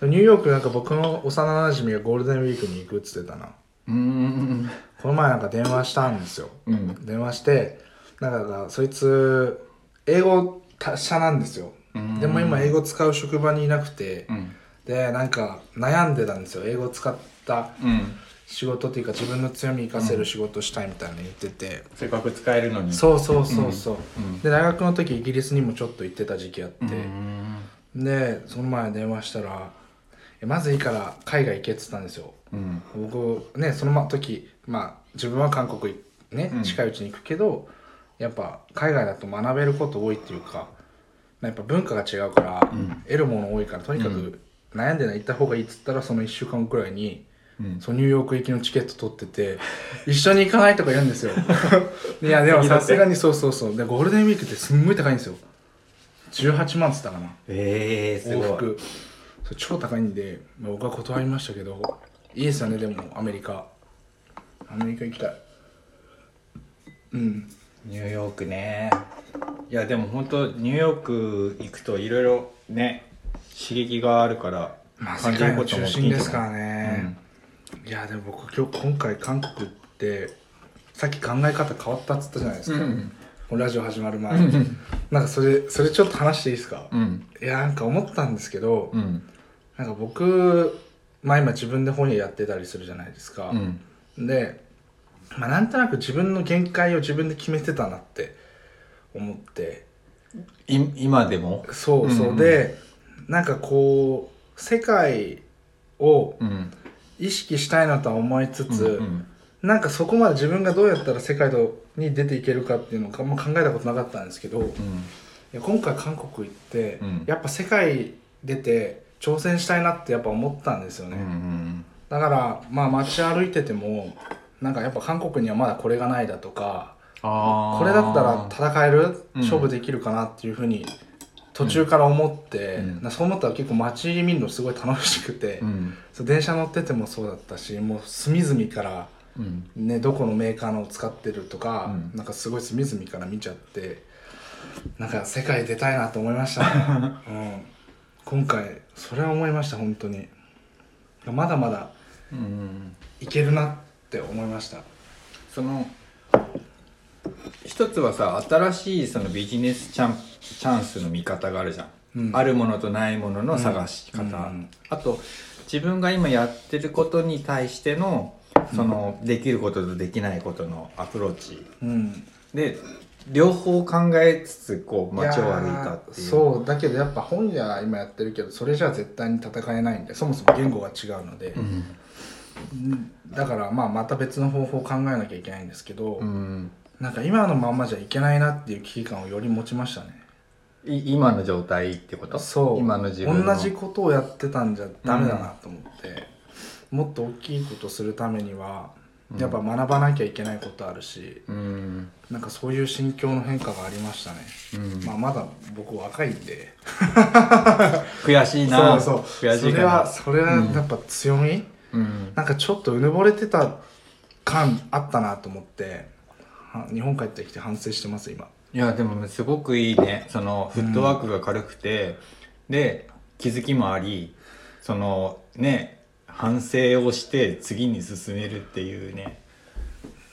[SPEAKER 1] ー、ニューヨークなんか僕の幼馴染がゴールデンウィークに行くっつってたな
[SPEAKER 2] うーん
[SPEAKER 1] この前なんか電話したんですよ
[SPEAKER 2] うん
[SPEAKER 1] 電話してなんかそいつ英語達者なんですよ
[SPEAKER 2] うん
[SPEAKER 1] でも今英語使う職場にいなくて
[SPEAKER 2] うん
[SPEAKER 1] でなんか悩んでたんですよ英語使った
[SPEAKER 2] うん
[SPEAKER 1] 仕事っていうか自分の強み活かせる仕事したいみたいなの言ってて、
[SPEAKER 2] せっかく使えるのに
[SPEAKER 1] そうそうそうそう、
[SPEAKER 2] うん
[SPEAKER 1] で大学の時イギリスにもちょっと行ってた時期あって、
[SPEAKER 2] うーん
[SPEAKER 1] でその前電話したら「えまずいいから海外行け」っつったんですよ
[SPEAKER 2] うん
[SPEAKER 1] 僕ねそのま時まあ自分は韓国ね
[SPEAKER 2] うん
[SPEAKER 1] 近いうちに行くけど、やっぱ海外だと学べること多いっていうかやっぱ文化が違うから、
[SPEAKER 2] うん
[SPEAKER 1] 得るもの多いからとにかく悩んでない行った方がいいっつったらその1週間くらいに
[SPEAKER 2] うん
[SPEAKER 1] そのニューヨーク行きのチケット取ってて一緒に行かないとか言うん ですよいやでもさすがにそうそうそうでゴールデンウィークってすんごい高いんですよ18万っつったかな
[SPEAKER 2] ええす
[SPEAKER 1] 往
[SPEAKER 2] ごい
[SPEAKER 1] 復それ超高いんで、まあ、僕は断りましたけどいいですよねでもアメリカアメリカ行きたいうん
[SPEAKER 2] ニューヨークねいやでも本当ニューヨーク行くといろいろね刺激があるから
[SPEAKER 1] まあ
[SPEAKER 2] 感
[SPEAKER 1] 世
[SPEAKER 2] じる
[SPEAKER 1] 界
[SPEAKER 2] こ
[SPEAKER 1] の
[SPEAKER 2] とも
[SPEAKER 1] 中
[SPEAKER 2] 大きい
[SPEAKER 1] 心
[SPEAKER 2] ん
[SPEAKER 1] で
[SPEAKER 2] じゃない
[SPEAKER 1] すからね、いやでも僕今日今回韓国ってさっき考え方変わったっつったじゃないですか、
[SPEAKER 2] うん
[SPEAKER 1] このラジオ始まる前、
[SPEAKER 2] うん
[SPEAKER 1] なんかそれそれちょっと話していいですか、
[SPEAKER 2] うん
[SPEAKER 1] いやなんか思ったんですけど、
[SPEAKER 2] うん
[SPEAKER 1] なんか僕まあ今自分で本屋やってたりするじゃないですか、
[SPEAKER 2] うん
[SPEAKER 1] で、まあ、なんとなく自分の限界を自分で決めてたなって思って
[SPEAKER 2] い今でも
[SPEAKER 1] そうそう、
[SPEAKER 2] うんうん
[SPEAKER 1] でなんかこう世界を
[SPEAKER 2] うん
[SPEAKER 1] 意識したいなとは思いつつ、
[SPEAKER 2] うん
[SPEAKER 1] なんかそこまで自分がどうやったら世界に出ていけるかっていうのを、まあ、考えたことなかったんですけど、い
[SPEAKER 2] うん
[SPEAKER 1] や今回韓国行って、
[SPEAKER 2] うん
[SPEAKER 1] やっぱ世界出て挑戦したいなってやっぱ思ったんですよ
[SPEAKER 2] うんう
[SPEAKER 1] ね、
[SPEAKER 2] ん
[SPEAKER 1] だからまあ街歩いててもなんかやっぱ韓国にはまだこれがないだとか
[SPEAKER 2] あー
[SPEAKER 1] これだったら戦える
[SPEAKER 2] うん
[SPEAKER 1] 勝負できるかなっていうふうに途中から思って、
[SPEAKER 2] うん
[SPEAKER 1] なそう思ったら結構街見るのすごい楽しくて、
[SPEAKER 2] うん
[SPEAKER 1] そう電車乗っててもそうだったしもう隅々から、
[SPEAKER 2] うん
[SPEAKER 1] ね、どこのメーカーのを使ってるとか、
[SPEAKER 2] うん
[SPEAKER 1] なんかすごい隅々から見ちゃってなんか世界出たいなと思いました ね、うん、今回それは思いました本当にまだまだ
[SPEAKER 2] うん
[SPEAKER 1] いけるなって思いました
[SPEAKER 2] その一つはさ新しいそのビジネスチャンチャンスの見方があるじゃん、
[SPEAKER 1] うん
[SPEAKER 2] あるものとないものの探し方、
[SPEAKER 1] うんうん
[SPEAKER 2] あと自分が今やってることに対してのその、できることとできないことのアプローチ
[SPEAKER 1] うん
[SPEAKER 2] で両方考えつつこう街を歩いたっていう
[SPEAKER 1] やーそうだけどやっぱ本屋今やってるけどそれじゃ絶対に戦えないんでそもそも言語が違うので、
[SPEAKER 2] うん
[SPEAKER 1] だからまあまた別の方法を考えなきゃいけないんですけど、
[SPEAKER 2] うん
[SPEAKER 1] なんか今のまんまじゃいけないなっていう危機感をより持ちましたね
[SPEAKER 2] い今の状態ってこと
[SPEAKER 1] そう
[SPEAKER 2] 今の自分の
[SPEAKER 1] 同じことをやってたんじゃダメだなと思って、もっと大きいことするためには
[SPEAKER 2] うん
[SPEAKER 1] やっぱ学ばなきゃいけないことあるし、
[SPEAKER 2] うん
[SPEAKER 1] なんかそういう心境の変化がありましたね、
[SPEAKER 2] うん
[SPEAKER 1] まあ、まだ僕若いんで
[SPEAKER 2] 悔しいな
[SPEAKER 1] そうそう
[SPEAKER 2] 悔しい
[SPEAKER 1] そ
[SPEAKER 2] か
[SPEAKER 1] れは
[SPEAKER 2] な
[SPEAKER 1] それはやっぱ強み、
[SPEAKER 2] うん
[SPEAKER 1] なんかちょっとうぬぼれてた感あったなと思っては日本帰ってきて反省してます今
[SPEAKER 2] いやでもすごくいいねそのフットワークが軽くて、で気づきもありそのね反省をして次に進めるっていうね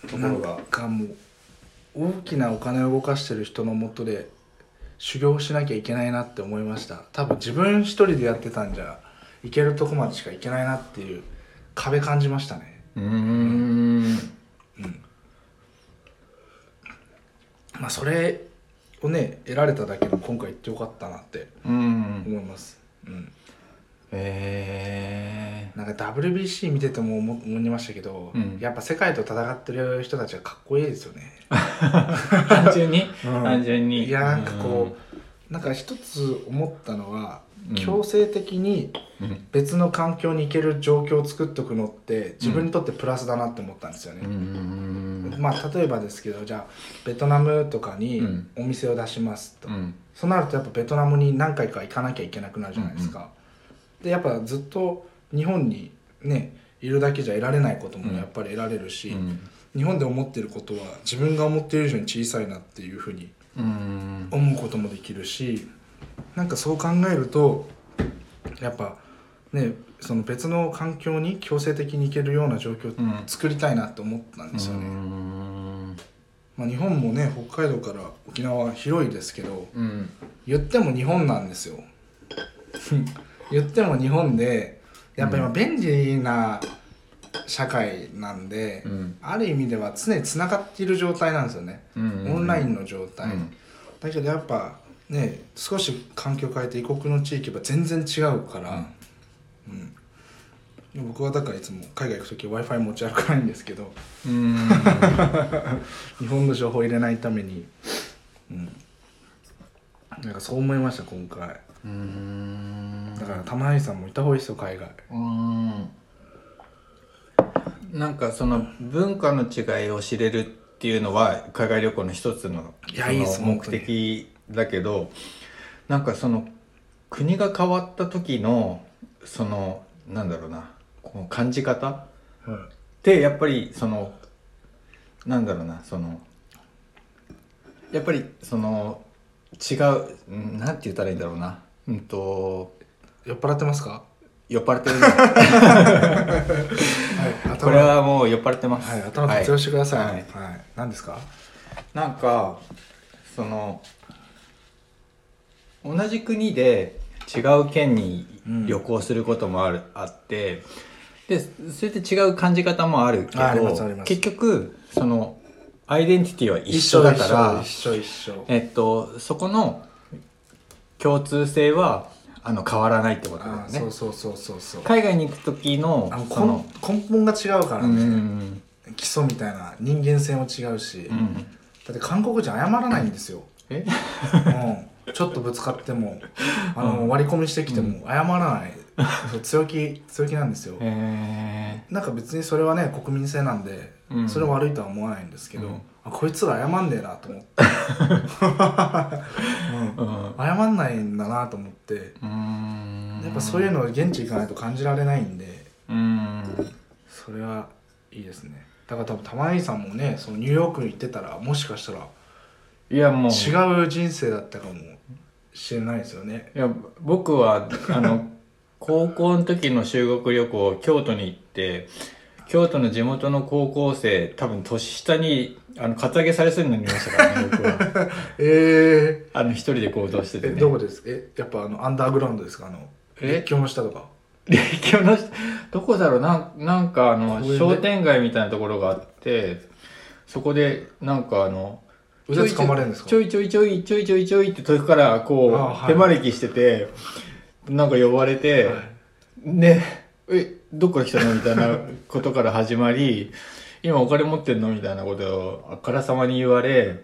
[SPEAKER 2] とこ
[SPEAKER 1] な
[SPEAKER 2] ろ
[SPEAKER 1] ん
[SPEAKER 2] が
[SPEAKER 1] かもう大きなお金を動かしてる人のもとで修行しなきゃいけないなって思いました多分自分一人でやってたんじゃいけるとこまでしかいけないなっていう壁感じましたね
[SPEAKER 2] うーん
[SPEAKER 1] まあそれをね得られただけでも今回行ってよかったなって
[SPEAKER 2] うん
[SPEAKER 1] 思いますうん
[SPEAKER 2] え
[SPEAKER 1] なんか WBC 見てても思思いましたけど、
[SPEAKER 2] うん
[SPEAKER 1] やっぱ世界と戦ってる人たちがかっこいいですよね。
[SPEAKER 2] ー、単純に、
[SPEAKER 1] うん
[SPEAKER 2] 単純に
[SPEAKER 1] いやなんかこうなんか一つ思ったのは、
[SPEAKER 2] うん
[SPEAKER 1] 強制的に
[SPEAKER 2] うん、うん
[SPEAKER 1] 別の環境に行ける状況を作っとくのって自分にとってプラスだなって思ったんですよ
[SPEAKER 2] う
[SPEAKER 1] ね。
[SPEAKER 2] ん
[SPEAKER 1] まあ例えばですけどじゃあベトナムとかに
[SPEAKER 2] うん
[SPEAKER 1] お店を出しますと、
[SPEAKER 2] うん
[SPEAKER 1] そうなるとやっぱベトナムに何回か行かなきゃいけなくなるじゃないですか、でやっぱずっと日本にねいるだけじゃ得られないこと
[SPEAKER 2] うん
[SPEAKER 1] もやっぱり得られるし、
[SPEAKER 2] うん
[SPEAKER 1] 日本で思ってることは自分が思ってる以上に小さいなっていうふうに
[SPEAKER 2] うん
[SPEAKER 1] 思うこともできるしなんかそう考えるとやっぱねその別の環境に強制的に行けるような状況
[SPEAKER 2] う
[SPEAKER 1] を
[SPEAKER 2] ん
[SPEAKER 1] 作りたいなって思ったんですよね、
[SPEAKER 2] うん
[SPEAKER 1] まあ、日本もね北海道から沖縄は広いですけど
[SPEAKER 2] うん
[SPEAKER 1] 言っても日本なんですよ言っても日本でやっぱ今便利な社会なんで、
[SPEAKER 2] うん
[SPEAKER 1] ある意味では常に繋がっている状態なんですよね、
[SPEAKER 2] うん
[SPEAKER 1] オンラインの状態、
[SPEAKER 2] うん
[SPEAKER 1] だけどやっぱね少し環境変えて異国の地域は全然違うから、うん僕はだからいつも海外行く時 w i f i 持ち歩かないんですけど
[SPEAKER 2] うん
[SPEAKER 1] 日本の情報を入れないために、うん、なんかそう思いました今回
[SPEAKER 2] うん
[SPEAKER 1] だから玉井さんもいた方がいいですよ海外
[SPEAKER 2] うーんなんかその文化の違いを知れるっていうのは海外旅行の一つの
[SPEAKER 1] いや
[SPEAKER 2] そ
[SPEAKER 1] い
[SPEAKER 2] の
[SPEAKER 1] いです
[SPEAKER 2] 目的だけどなんかその国が変わった時のそのなんだろうなこの感じ方っ
[SPEAKER 1] は
[SPEAKER 2] てやっぱりそのなんだろうなそのやっぱりその違うんなんて言ったらいいんだろうなうんと
[SPEAKER 1] い、酔っ払ってますか
[SPEAKER 2] 酔っ払って るね
[SPEAKER 1] はい頭
[SPEAKER 2] これはもう酔っ払ってます。
[SPEAKER 1] はい頭活用してください、
[SPEAKER 2] は
[SPEAKER 1] はいい何ですか
[SPEAKER 2] なんかその同じ国で違う県に旅行することもある、あってでそれで違う感じ方もあるけ
[SPEAKER 1] あありますあり
[SPEAKER 2] ど
[SPEAKER 1] ます
[SPEAKER 2] 結局そのアイデンティティは一緒だから
[SPEAKER 1] 一緒一緒一緒
[SPEAKER 2] えっとそこの共通性はあの変わらないってことだよ
[SPEAKER 1] あー
[SPEAKER 2] ね
[SPEAKER 1] そう。そうそうそうそう
[SPEAKER 2] 海外に行く時の
[SPEAKER 1] あのこ
[SPEAKER 2] その
[SPEAKER 1] ん根本が違うから
[SPEAKER 2] う
[SPEAKER 1] ね、
[SPEAKER 2] ん
[SPEAKER 1] 基礎みたいな人間性も違うし、
[SPEAKER 2] う
[SPEAKER 1] だ
[SPEAKER 2] ん
[SPEAKER 1] って韓国人謝らないんですよ、
[SPEAKER 2] え
[SPEAKER 1] うん、ちょっとぶつかってもあの、割り込みしてきても謝らない、そう強気強気なんですよ
[SPEAKER 2] えー
[SPEAKER 1] なんか別にそれはね国民性なんで、
[SPEAKER 2] うん
[SPEAKER 1] それは悪いとは思わないんですけど、
[SPEAKER 2] うん
[SPEAKER 1] あこいつら謝んねえなと思って、うん
[SPEAKER 2] うん
[SPEAKER 1] 謝んないんだなと思ってや
[SPEAKER 2] や
[SPEAKER 1] っぱそういうのを現地行かないと感じられないんで、
[SPEAKER 2] うん
[SPEAKER 1] それはいいですねだから多分玉井さんもねそのニューヨークに行ってたらもしかしたら
[SPEAKER 2] いやもうい
[SPEAKER 1] 違う人生だったかもしれないですよね
[SPEAKER 2] や僕はあの 高校の時の修学旅行京都に行って京都の地元の高校生多分年下にあのカツアゲされそうになりましたからね 僕は
[SPEAKER 1] え
[SPEAKER 2] あの一人で行動して
[SPEAKER 1] ー、え
[SPEAKER 2] てね
[SPEAKER 1] どこですえやっぱあのアンダーグラウンドですかあの
[SPEAKER 2] え
[SPEAKER 1] 越境の下とか
[SPEAKER 2] 列強の下どこだろうなんなんかあの
[SPEAKER 1] 公園で
[SPEAKER 2] 商店街みたいなところがあってそこでなんかあの
[SPEAKER 1] 腕掴まれるんですか
[SPEAKER 2] ちょいちょいちょいちょいちょいちょいって遠くから
[SPEAKER 1] あ
[SPEAKER 2] こう
[SPEAKER 1] はい
[SPEAKER 2] 手招きしてて、なんか呼ばれて、
[SPEAKER 1] はい
[SPEAKER 2] で「えどっから来たの?」みたいなことから始まり 「今お金持ってんの?」みたいなことをあからさまに言われ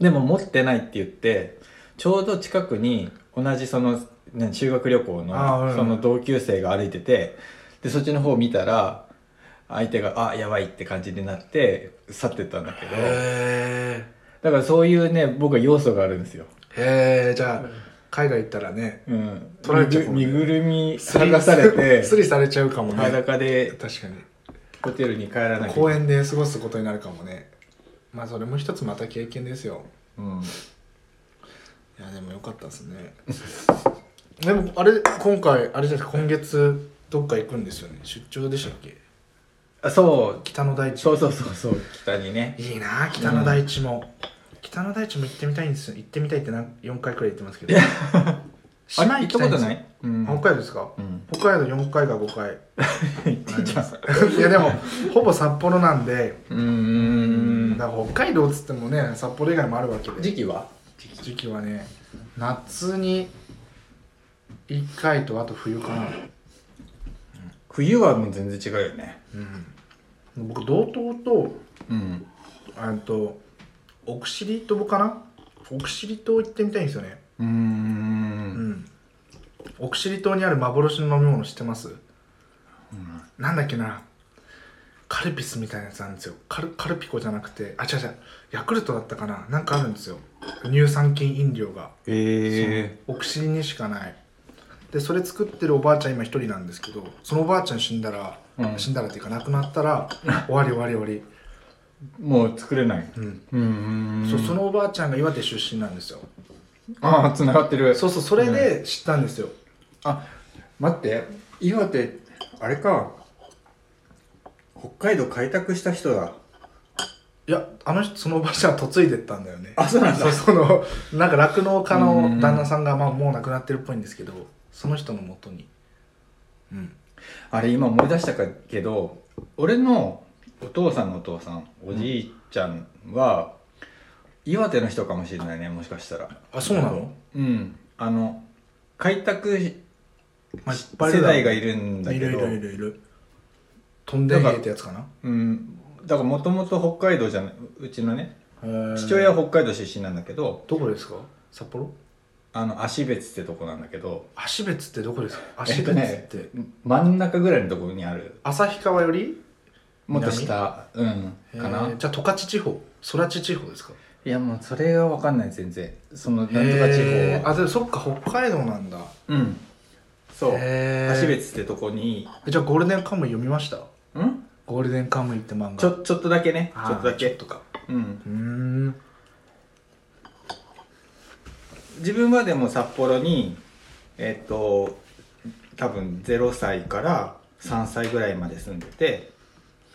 [SPEAKER 2] でも持ってないって言ってちょうど近くに同じその、ね、修学旅行
[SPEAKER 1] あーうん
[SPEAKER 2] のその同級生が歩いててでそっちの方を見たら相手が「あやばい」って感じになって去ってったんだけど
[SPEAKER 1] へ
[SPEAKER 2] だからそういうね僕は要素があるんですよ、
[SPEAKER 1] えへえじゃあ海外行ったらね
[SPEAKER 2] うん、
[SPEAKER 1] 取られちゃうかもね
[SPEAKER 2] 身ぐ身ぐるみ
[SPEAKER 1] スリ
[SPEAKER 2] 剥がされて
[SPEAKER 1] スリされちゃうかもね
[SPEAKER 2] 裸で
[SPEAKER 1] 確かに
[SPEAKER 2] ホテルに帰らない
[SPEAKER 1] 公園で過ごすことになるかもねまあそれも一つまた経験ですよ
[SPEAKER 2] うん
[SPEAKER 1] いやでもよかったです ねでもあれ今回あれじゃない今月どっか行くんですよね出張でしたっけ
[SPEAKER 2] あそう
[SPEAKER 1] 北の大地
[SPEAKER 2] そうそうそうそう北にね
[SPEAKER 1] いいなあ北の大地も、北の大地も行ってみたいんですよ行ってみたいってなん4回くらい行ってますけど
[SPEAKER 2] あれ
[SPEAKER 1] 島
[SPEAKER 2] 行った
[SPEAKER 1] き
[SPEAKER 2] こと
[SPEAKER 1] んですよ
[SPEAKER 2] ない、うん
[SPEAKER 1] あ北海道ですか
[SPEAKER 2] うん、
[SPEAKER 1] 北海道4回か5回
[SPEAKER 2] 行ってんじゃん
[SPEAKER 1] いやでもほぼ札幌なんで
[SPEAKER 2] うんうん
[SPEAKER 1] だから北海道っつってもね札幌以外もあるわけで
[SPEAKER 2] 時期は
[SPEAKER 1] 時期はね夏に1回とあと冬かな
[SPEAKER 2] 冬はもう全然違うよね
[SPEAKER 1] うん僕道東と
[SPEAKER 2] うん
[SPEAKER 1] あと奥尻島かな奥尻島行ってみたいんですよね
[SPEAKER 2] うー
[SPEAKER 1] うんん奥尻島にある幻の飲み物知ってます、なんだっけなカルピスみたいなやつあるんですよカルカルピコじゃなくてあ違う違うヤクルトだったかななんかあるんですよ乳酸菌飲料が
[SPEAKER 2] ええ
[SPEAKER 1] 奥尻にしかないでそれ作ってるおばあちゃん今一人なんですけどそのおばあちゃん死んだら、
[SPEAKER 2] うん
[SPEAKER 1] 死んだらっていうか亡くなった ら終わり終わり終わり
[SPEAKER 2] もう作れない
[SPEAKER 1] うん、
[SPEAKER 2] うん
[SPEAKER 1] そうそのおばあちゃんが岩手出身なんですよ
[SPEAKER 2] ああ繋がってる
[SPEAKER 1] そうそうそれで知ったんですよ、
[SPEAKER 2] あ待って岩手あれか北海道開拓した人だ
[SPEAKER 1] いやあの人そのおばあちゃんは嫁いでったんだよね
[SPEAKER 2] あそうなんだ
[SPEAKER 1] そうそのなんか酪農家
[SPEAKER 2] うんう
[SPEAKER 1] の
[SPEAKER 2] ん
[SPEAKER 1] 旦那さんが、まあ、もう亡くなってるっぽいんですけどその人のもとにうん
[SPEAKER 2] あれ今思い出したけど俺のお父さんのお父さんおじいちゃんは、岩手の人かもしれないねもしかしたら
[SPEAKER 1] あそうなの、
[SPEAKER 2] うんあの開拓し
[SPEAKER 1] まあ、いっぱい
[SPEAKER 2] 世代が
[SPEAKER 1] い
[SPEAKER 2] いるんだ
[SPEAKER 1] る
[SPEAKER 2] け
[SPEAKER 1] い
[SPEAKER 2] ど
[SPEAKER 1] るいるいるいる飛んで家ってやつかな
[SPEAKER 2] うんだからもともと北海道じゃないうちのね父
[SPEAKER 1] 父
[SPEAKER 2] 親は北海道出身なんだけど
[SPEAKER 1] どこですか札幌
[SPEAKER 2] あの芦別ってとこなんだけど
[SPEAKER 1] 芦別ってどこですか
[SPEAKER 2] え
[SPEAKER 1] 芦
[SPEAKER 2] っ
[SPEAKER 1] 別
[SPEAKER 2] と
[SPEAKER 1] って、
[SPEAKER 2] ね真ん中ぐらいのところにある
[SPEAKER 1] 旭川より
[SPEAKER 2] もっと下うんか
[SPEAKER 1] え
[SPEAKER 2] な
[SPEAKER 1] ーじゃあ十勝地方空知地方ですか
[SPEAKER 2] いやもうそれは分かんない全然そのなんとか地
[SPEAKER 1] へー
[SPEAKER 2] 方は
[SPEAKER 1] あでもそっか北海道なんだ
[SPEAKER 2] うんそう
[SPEAKER 1] へー
[SPEAKER 2] 芦別ってとこに
[SPEAKER 1] えじゃあゴールデンカムイ読みました
[SPEAKER 2] ん
[SPEAKER 1] ゴールデンカムイって漫画
[SPEAKER 2] ちょちょっとだけね
[SPEAKER 1] あー
[SPEAKER 2] ちょっとだ
[SPEAKER 1] ちょっ
[SPEAKER 2] け
[SPEAKER 1] とか
[SPEAKER 2] うん
[SPEAKER 1] うーん
[SPEAKER 2] 自分はでも札幌にえっと多分0歳から3歳ぐらいまで住んでて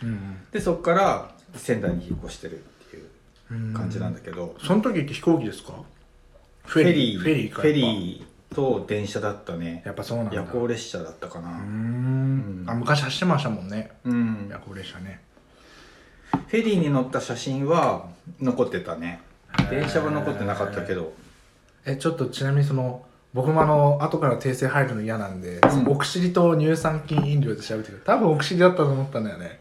[SPEAKER 1] うん
[SPEAKER 2] でそっから仙台に引っ越してるっていう
[SPEAKER 1] うん
[SPEAKER 2] 感じなんだけど、
[SPEAKER 1] その時って飛行機ですか
[SPEAKER 2] フ
[SPEAKER 1] フ
[SPEAKER 2] ェリー
[SPEAKER 1] フェリーか
[SPEAKER 2] フェリーと電車だったね
[SPEAKER 1] やっぱそうなんだ
[SPEAKER 2] 夜行
[SPEAKER 1] う
[SPEAKER 2] 列車だったか
[SPEAKER 1] ー
[SPEAKER 2] な、
[SPEAKER 1] んあ昔走ってましたもんね
[SPEAKER 2] うん
[SPEAKER 1] 夜行列車ね
[SPEAKER 2] フェリーに乗った写真は残ってたね電車は残ってなかったけど
[SPEAKER 1] えちょっとちなみにその僕もあの後から訂正入るの嫌なんで、
[SPEAKER 2] ん
[SPEAKER 1] お薬と乳酸菌飲料で調べてくれ多分お薬だったと思ったんだよね、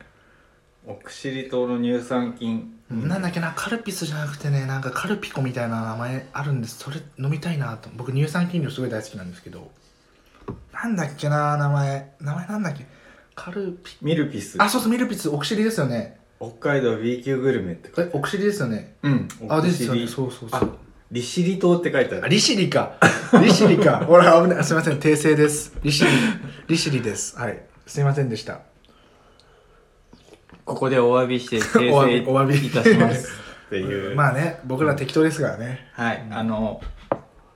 [SPEAKER 2] 奥尻島の乳酸菌
[SPEAKER 1] なんだっけなカルピスじゃなくてねなんかカルピコみたいな名前あるんですそれ飲みたいなと僕乳酸菌飲料すごい大好きなんですけどなんだっけな名前名前なんだっけカルピ
[SPEAKER 2] ミルピス
[SPEAKER 1] あそうそうミルピスお薬ですよね
[SPEAKER 2] 北海道 B 級グルメって書い
[SPEAKER 1] え
[SPEAKER 2] て
[SPEAKER 1] お薬ですよね
[SPEAKER 2] あるうん
[SPEAKER 1] あ
[SPEAKER 2] 奥
[SPEAKER 1] です
[SPEAKER 2] 尻
[SPEAKER 1] よねそうそうそ
[SPEAKER 2] あ
[SPEAKER 1] う
[SPEAKER 2] 利尻島って書いてあ
[SPEAKER 1] あ
[SPEAKER 2] る
[SPEAKER 1] 利尻か利尻かほら危ないすいません訂正です利尻利尻ですはいすいませんでした
[SPEAKER 3] ここでお詫びして訂
[SPEAKER 1] お詫びお詫び
[SPEAKER 3] 正いたし ます。
[SPEAKER 2] っていう、
[SPEAKER 1] まあね僕ら適当ですからね、
[SPEAKER 3] はい、あの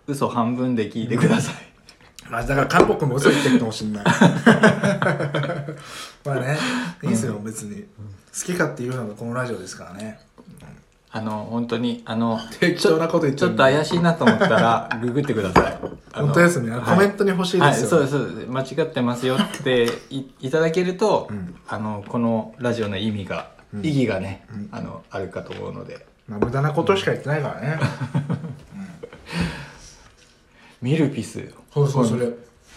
[SPEAKER 3] 嘘半分で聞いてください。
[SPEAKER 1] まあ、だから韓国も嘘言ってるかもしんない まあねいいですよ別に好きかっていうのがこのラジオですからね
[SPEAKER 3] あの本当にあの
[SPEAKER 1] 適当なこと言っ
[SPEAKER 3] ち
[SPEAKER 1] ちゃ
[SPEAKER 3] ょ
[SPEAKER 1] う
[SPEAKER 3] っと怪しいなと思ったら ググってください。あの
[SPEAKER 1] 本当ですね、コメントに欲しい
[SPEAKER 3] はい、
[SPEAKER 1] ですよ、
[SPEAKER 3] そうですそうです間違ってますよっていいただけると、あのこのラジオの意味が、意義がね、あのあるかと思うので
[SPEAKER 1] まあ、無駄なことしか言ってないからね、
[SPEAKER 3] ミルピス
[SPEAKER 1] そうそうそれ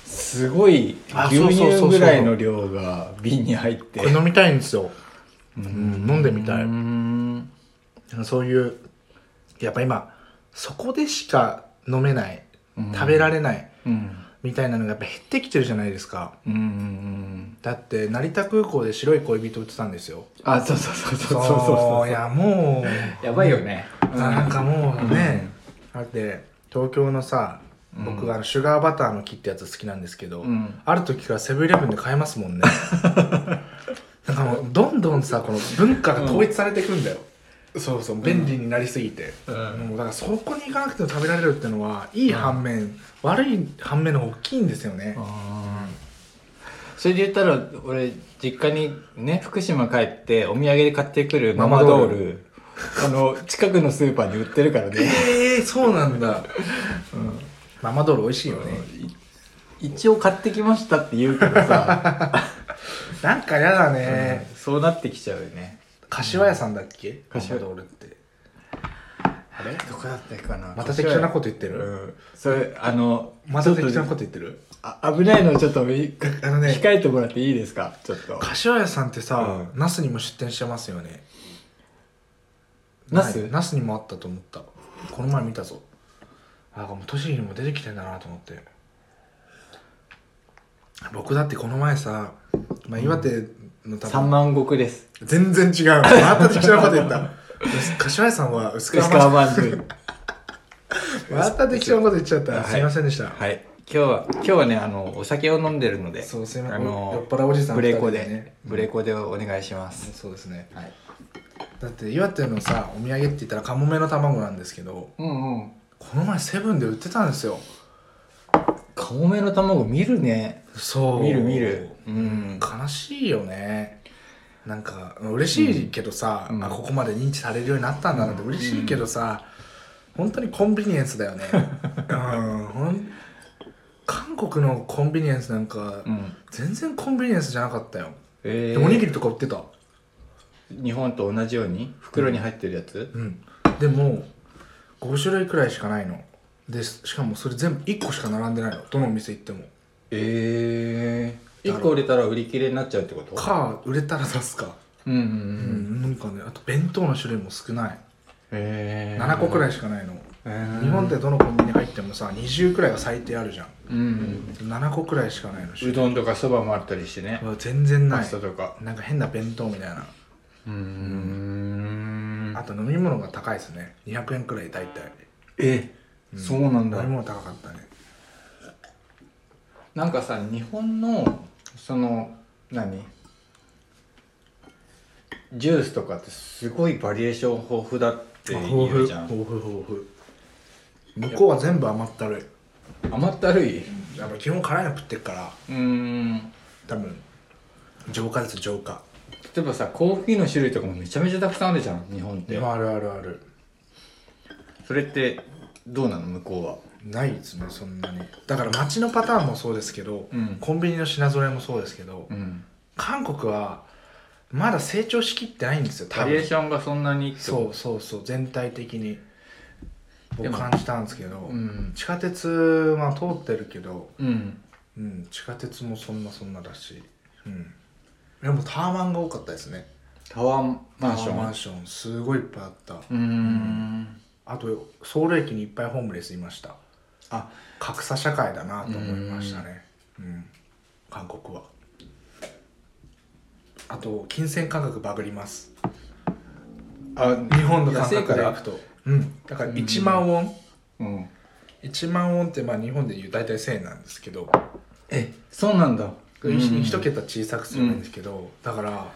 [SPEAKER 3] すごい
[SPEAKER 1] あ
[SPEAKER 3] 牛
[SPEAKER 1] そうそうそうそ
[SPEAKER 3] 乳ぐ
[SPEAKER 1] う
[SPEAKER 3] らいの量が瓶に入って
[SPEAKER 1] これ飲みたいんですよ、うん、飲んでみたい、
[SPEAKER 3] うーん
[SPEAKER 1] そういうやっぱ今そこでしか飲めない食べられない、
[SPEAKER 3] うん
[SPEAKER 1] みたいなのがやっぱ減ってきてるじゃないですか
[SPEAKER 2] うんうんうん
[SPEAKER 1] だって成田空港で白い恋人売ってたんですよ
[SPEAKER 2] あそうそうそうそうそ
[SPEAKER 1] そ
[SPEAKER 2] うそうう
[SPEAKER 1] いやもう
[SPEAKER 2] やばいよね
[SPEAKER 1] なんかもうね、だって東京のさ僕があのシュガーバターの木ってやつ好きなんですけど、
[SPEAKER 2] うん
[SPEAKER 1] ある時からセブンイレブンで買えますも んねなんかもうどんどんさこの文化が統一されていくんだよ、そうそう便利になりすぎて、もうだからそこに行かなくても食べられるってのはいい反面、悪い反面の方が大きいんですよね、
[SPEAKER 2] それで言ったら俺実家にね福島帰ってお土産で買ってくるマ
[SPEAKER 1] マ
[SPEAKER 2] マ
[SPEAKER 1] マド
[SPEAKER 2] ド
[SPEAKER 1] ー
[SPEAKER 2] ー
[SPEAKER 1] ル
[SPEAKER 2] ルあの近くのスーパーに売ってるから ね
[SPEAKER 1] ええそうなんだ、ママドール美味しいよね、
[SPEAKER 2] 一応買ってきましたって言うけどさ
[SPEAKER 1] なんかやだね、
[SPEAKER 2] そうなってきちゃうよね
[SPEAKER 1] 柏屋さんだっけ
[SPEAKER 2] 柏
[SPEAKER 1] ママドールって
[SPEAKER 2] あれどこだったかな
[SPEAKER 1] また適当なこと言ってる、
[SPEAKER 2] うんそれあの
[SPEAKER 1] また適当なこと言ってる
[SPEAKER 2] あ危ないのちょっとみ
[SPEAKER 1] あのね
[SPEAKER 2] 控えてもらっていいですかちょっと
[SPEAKER 1] 柏屋さんってさ、那須にも出店してますよね
[SPEAKER 2] 那須
[SPEAKER 1] はい那須にもあったと思ったこの前見たぞなんかもう栃木にも出てきてんだなと思って僕だってこの前さ、まあ、岩手の多
[SPEAKER 2] 三万石です
[SPEAKER 1] 全然違 うまた適当なこと言った柏屋さんは薄
[SPEAKER 2] 薄
[SPEAKER 1] 川
[SPEAKER 2] 皮
[SPEAKER 1] まん
[SPEAKER 2] まんじゅう
[SPEAKER 1] また適当なこと言っちゃった、
[SPEAKER 2] はい
[SPEAKER 1] すいませんでした、
[SPEAKER 2] はい今日は今日はねあのお酒を飲んでるので
[SPEAKER 1] そうすいません
[SPEAKER 2] あ
[SPEAKER 1] 酔っ
[SPEAKER 2] の
[SPEAKER 1] 払うおじさん
[SPEAKER 2] ブレコ
[SPEAKER 1] 二人
[SPEAKER 2] で、
[SPEAKER 1] でね
[SPEAKER 2] ブレコでお願いします
[SPEAKER 1] そうですね
[SPEAKER 2] はい
[SPEAKER 1] だって岩手のさお土産って言ったらカモメの卵なんですけど
[SPEAKER 2] うんうん
[SPEAKER 1] この前セブンで売ってたんですよ
[SPEAKER 2] カモメの卵見るね
[SPEAKER 1] そう
[SPEAKER 2] 見る見るうん
[SPEAKER 1] 悲しいよねなんか嬉しいけどさ、
[SPEAKER 2] うん
[SPEAKER 1] あここまで認知されるようになったんだなって嬉しいけどさ、本当にコンビニエンスだよ ねうんほん韓国のコンビニエンスなんか、
[SPEAKER 2] うん
[SPEAKER 1] 全然コンビニエンスじゃなかったよ、
[SPEAKER 2] え
[SPEAKER 1] で
[SPEAKER 2] ー
[SPEAKER 1] おにぎりとか売ってた
[SPEAKER 2] 日本と同じように袋に入ってるやつ、
[SPEAKER 1] うんでも5種類くらいしかないのでしかもそれ全部1個しか並んでないのどのお店行っても
[SPEAKER 2] ええー、1個売れたら売り切れになっちゃうってこと
[SPEAKER 1] か売れたら出すか
[SPEAKER 2] うんうんう
[SPEAKER 1] うんんなんかねあと弁当の種類も少ない
[SPEAKER 2] えー、
[SPEAKER 1] 7個くら
[SPEAKER 2] い、
[SPEAKER 1] いしかないの
[SPEAKER 2] えー、
[SPEAKER 1] 日本ってどのコンビニ入ってもさ20くらいは最低あるじゃん
[SPEAKER 2] うんうん
[SPEAKER 1] 7個くらいしかないの
[SPEAKER 2] うどんとかそばもあったりしてね
[SPEAKER 1] うわ全然な
[SPEAKER 2] パ
[SPEAKER 1] い
[SPEAKER 2] スタとか
[SPEAKER 1] なんか変な弁当みたいな
[SPEAKER 2] うーん
[SPEAKER 1] あと飲み物が高いですね200円くらい大体
[SPEAKER 2] え、そうなん
[SPEAKER 1] 飲
[SPEAKER 2] だ
[SPEAKER 1] み物高かったね
[SPEAKER 2] なんかさ日本のその何ジュースとかってすごいバリエーション豊富だって言うじゃん
[SPEAKER 1] 豊富豊富向こうは全部甘ったるい
[SPEAKER 2] 甘ったるい
[SPEAKER 1] やっぱ基本辛いの食ってるから
[SPEAKER 2] うーん
[SPEAKER 1] 多分浄化です浄化
[SPEAKER 2] 例えばさコーヒーの種類とかもめちゃめちゃたくさんあるじゃん日本って
[SPEAKER 1] あるあるある
[SPEAKER 2] それってどうなの向こうは
[SPEAKER 1] ないですねそんなにだから街のパターンもそうですけど、
[SPEAKER 2] うん
[SPEAKER 1] コンビニの品揃えもそうですけど、
[SPEAKER 2] うん
[SPEAKER 1] 韓国はまだ成長しきってないんですよ多
[SPEAKER 2] バリエー
[SPEAKER 1] 分
[SPEAKER 2] ションがそんなにって
[SPEAKER 1] そうそうそう全体的に
[SPEAKER 2] で
[SPEAKER 1] 僕
[SPEAKER 2] も
[SPEAKER 1] 感じたんですけど、
[SPEAKER 2] うん
[SPEAKER 1] 地下鉄は通ってるけど、
[SPEAKER 2] うん
[SPEAKER 1] うん、地下鉄もそんなそんなだし、うん、でもタワマンが多かったですね
[SPEAKER 2] タワーマンシ
[SPEAKER 1] タ
[SPEAKER 2] ョ
[SPEAKER 1] ワ
[SPEAKER 2] ン
[SPEAKER 1] マンションすごいいっぱいあった、
[SPEAKER 2] うーん
[SPEAKER 1] あとソウル駅にいっぱいホームレスいました
[SPEAKER 2] あ
[SPEAKER 1] 格差社会だなと思いましたねうん、韓国はあと金銭感覚バグります
[SPEAKER 2] あ
[SPEAKER 1] 日本の感
[SPEAKER 2] 安い
[SPEAKER 1] 覚
[SPEAKER 2] か
[SPEAKER 1] でい
[SPEAKER 2] ら
[SPEAKER 1] くとうんだから1万ウォン、
[SPEAKER 2] うん
[SPEAKER 1] 1万ウォンってまあ日本でいう大体1000円なんですけど、
[SPEAKER 2] えそうなんだ
[SPEAKER 1] 一1桁小さくするんですけど、だから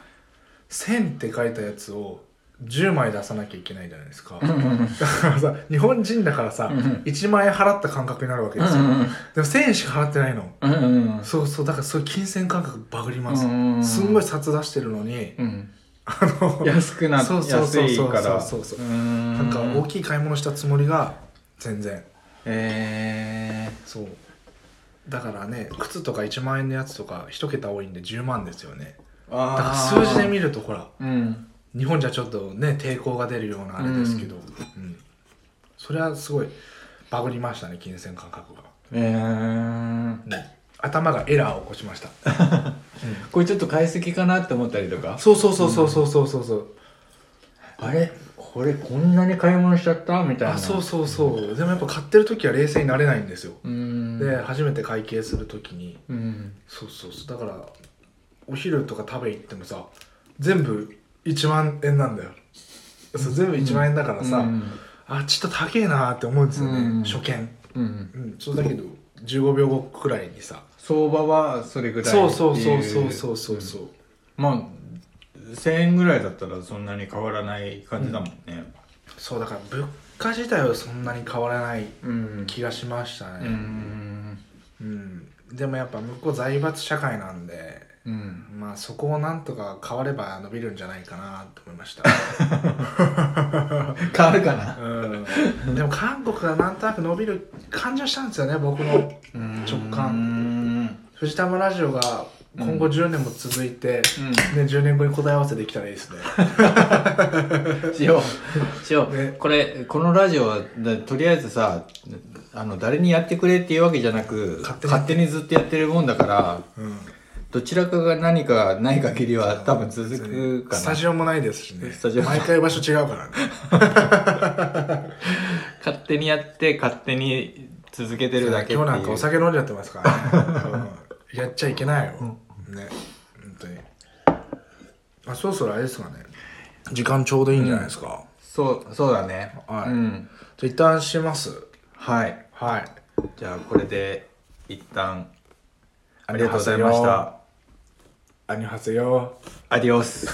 [SPEAKER 1] 1000って書いたやつを10枚出さなきゃいけないじゃないですか、だからさ日本人だからさ、1万円払った感覚になるわけですよ、でも1000円しか払ってないの
[SPEAKER 2] うんうん
[SPEAKER 1] そうそうだからそういう金銭感覚バグります、
[SPEAKER 2] うんうん
[SPEAKER 1] すんごい札出してるの に、
[SPEAKER 2] うん
[SPEAKER 1] あの
[SPEAKER 2] 安くな
[SPEAKER 1] そう
[SPEAKER 2] 安
[SPEAKER 1] そうそう
[SPEAKER 2] い
[SPEAKER 1] そう
[SPEAKER 2] から
[SPEAKER 1] そうそうそう
[SPEAKER 2] ーん
[SPEAKER 1] なんか大きい買い物したつもりが全然
[SPEAKER 2] え
[SPEAKER 1] そうだからね靴とか1万円のやつとか1桁多いんで10万ですよね
[SPEAKER 2] ー、あ
[SPEAKER 1] だ
[SPEAKER 2] ー
[SPEAKER 1] から数字で見るとほら
[SPEAKER 2] うん
[SPEAKER 1] 日本じゃちょっとね抵抗が出るようなあれですけど、うんそれはすごいバグりましたね金銭感覚が、
[SPEAKER 2] えー、
[SPEAKER 1] うん頭がエラーを起こしました
[SPEAKER 2] これちょっと買いすぎかなって思ったりとか
[SPEAKER 1] そうそうそうそうそうそうそうそう
[SPEAKER 2] あれこれこんなに買い物しちゃったみたいな
[SPEAKER 1] あそうそうそうでもやっぱ買ってる時は冷静になれないんですよ、
[SPEAKER 2] うーん
[SPEAKER 1] で初めて会計するときに
[SPEAKER 2] うん
[SPEAKER 1] そうそうそうだからお昼とか食べ行ってもさ全部1万円なんだよそう全部1万円だからさ、
[SPEAKER 2] うん
[SPEAKER 1] あちょっと高えなーって思うんですよね、
[SPEAKER 2] うん
[SPEAKER 1] 初見
[SPEAKER 2] うん
[SPEAKER 1] うんそうだけど15秒後くらいにさ
[SPEAKER 2] 相場はそれぐらい
[SPEAKER 1] そうそうそうそう
[SPEAKER 2] う
[SPEAKER 1] そうそうそう
[SPEAKER 2] まあ1000円ぐらいだったらそんなに変わらない感じだもんね
[SPEAKER 1] そうだから物価自体はそんなに変わらない
[SPEAKER 2] うん
[SPEAKER 1] 気がしました
[SPEAKER 2] う
[SPEAKER 1] ね
[SPEAKER 2] ん
[SPEAKER 1] うん、でもやっぱ向こう財閥社会なんで
[SPEAKER 2] うん
[SPEAKER 1] まあそこをなんとか変われば伸びるんじゃないかなと思いました
[SPEAKER 2] 変わるかな
[SPEAKER 1] うんでも韓国がなんとなく伸びる感じはしたんですよね僕の直感
[SPEAKER 2] 感
[SPEAKER 1] 藤玉ラジオが今後10年も続いて、ね、10年後に答え合わせできたらいいですね
[SPEAKER 2] しよ うしよう、
[SPEAKER 1] ね
[SPEAKER 2] これこのラジオはだとりあえずさあの誰にやってくれっていうわけじゃなく
[SPEAKER 1] 勝
[SPEAKER 2] 勝
[SPEAKER 1] 手
[SPEAKER 2] 手
[SPEAKER 1] に
[SPEAKER 2] にずっとやってるもんだから
[SPEAKER 1] うん
[SPEAKER 2] どちらかが何かない限りは多分続くか
[SPEAKER 1] スタ
[SPEAKER 2] な
[SPEAKER 1] ジオもないですしね
[SPEAKER 2] スタジオも
[SPEAKER 1] 毎回場所違うからね
[SPEAKER 2] 勝手にやって勝手に続けてるだけっていう
[SPEAKER 1] 今日なんかお酒飲んじゃってますからね、うんやっちゃいけないよ、ね本当にあそろそろあれですかね時間ちょうどいいんじゃないですか、
[SPEAKER 2] そうそうだね
[SPEAKER 1] はい
[SPEAKER 2] うん
[SPEAKER 1] じゃあ一旦します
[SPEAKER 2] はい
[SPEAKER 1] はい
[SPEAKER 2] じゃあこれで一旦ありがとうございまし
[SPEAKER 1] ありがとうございましたアニハセよ
[SPEAKER 2] アディオス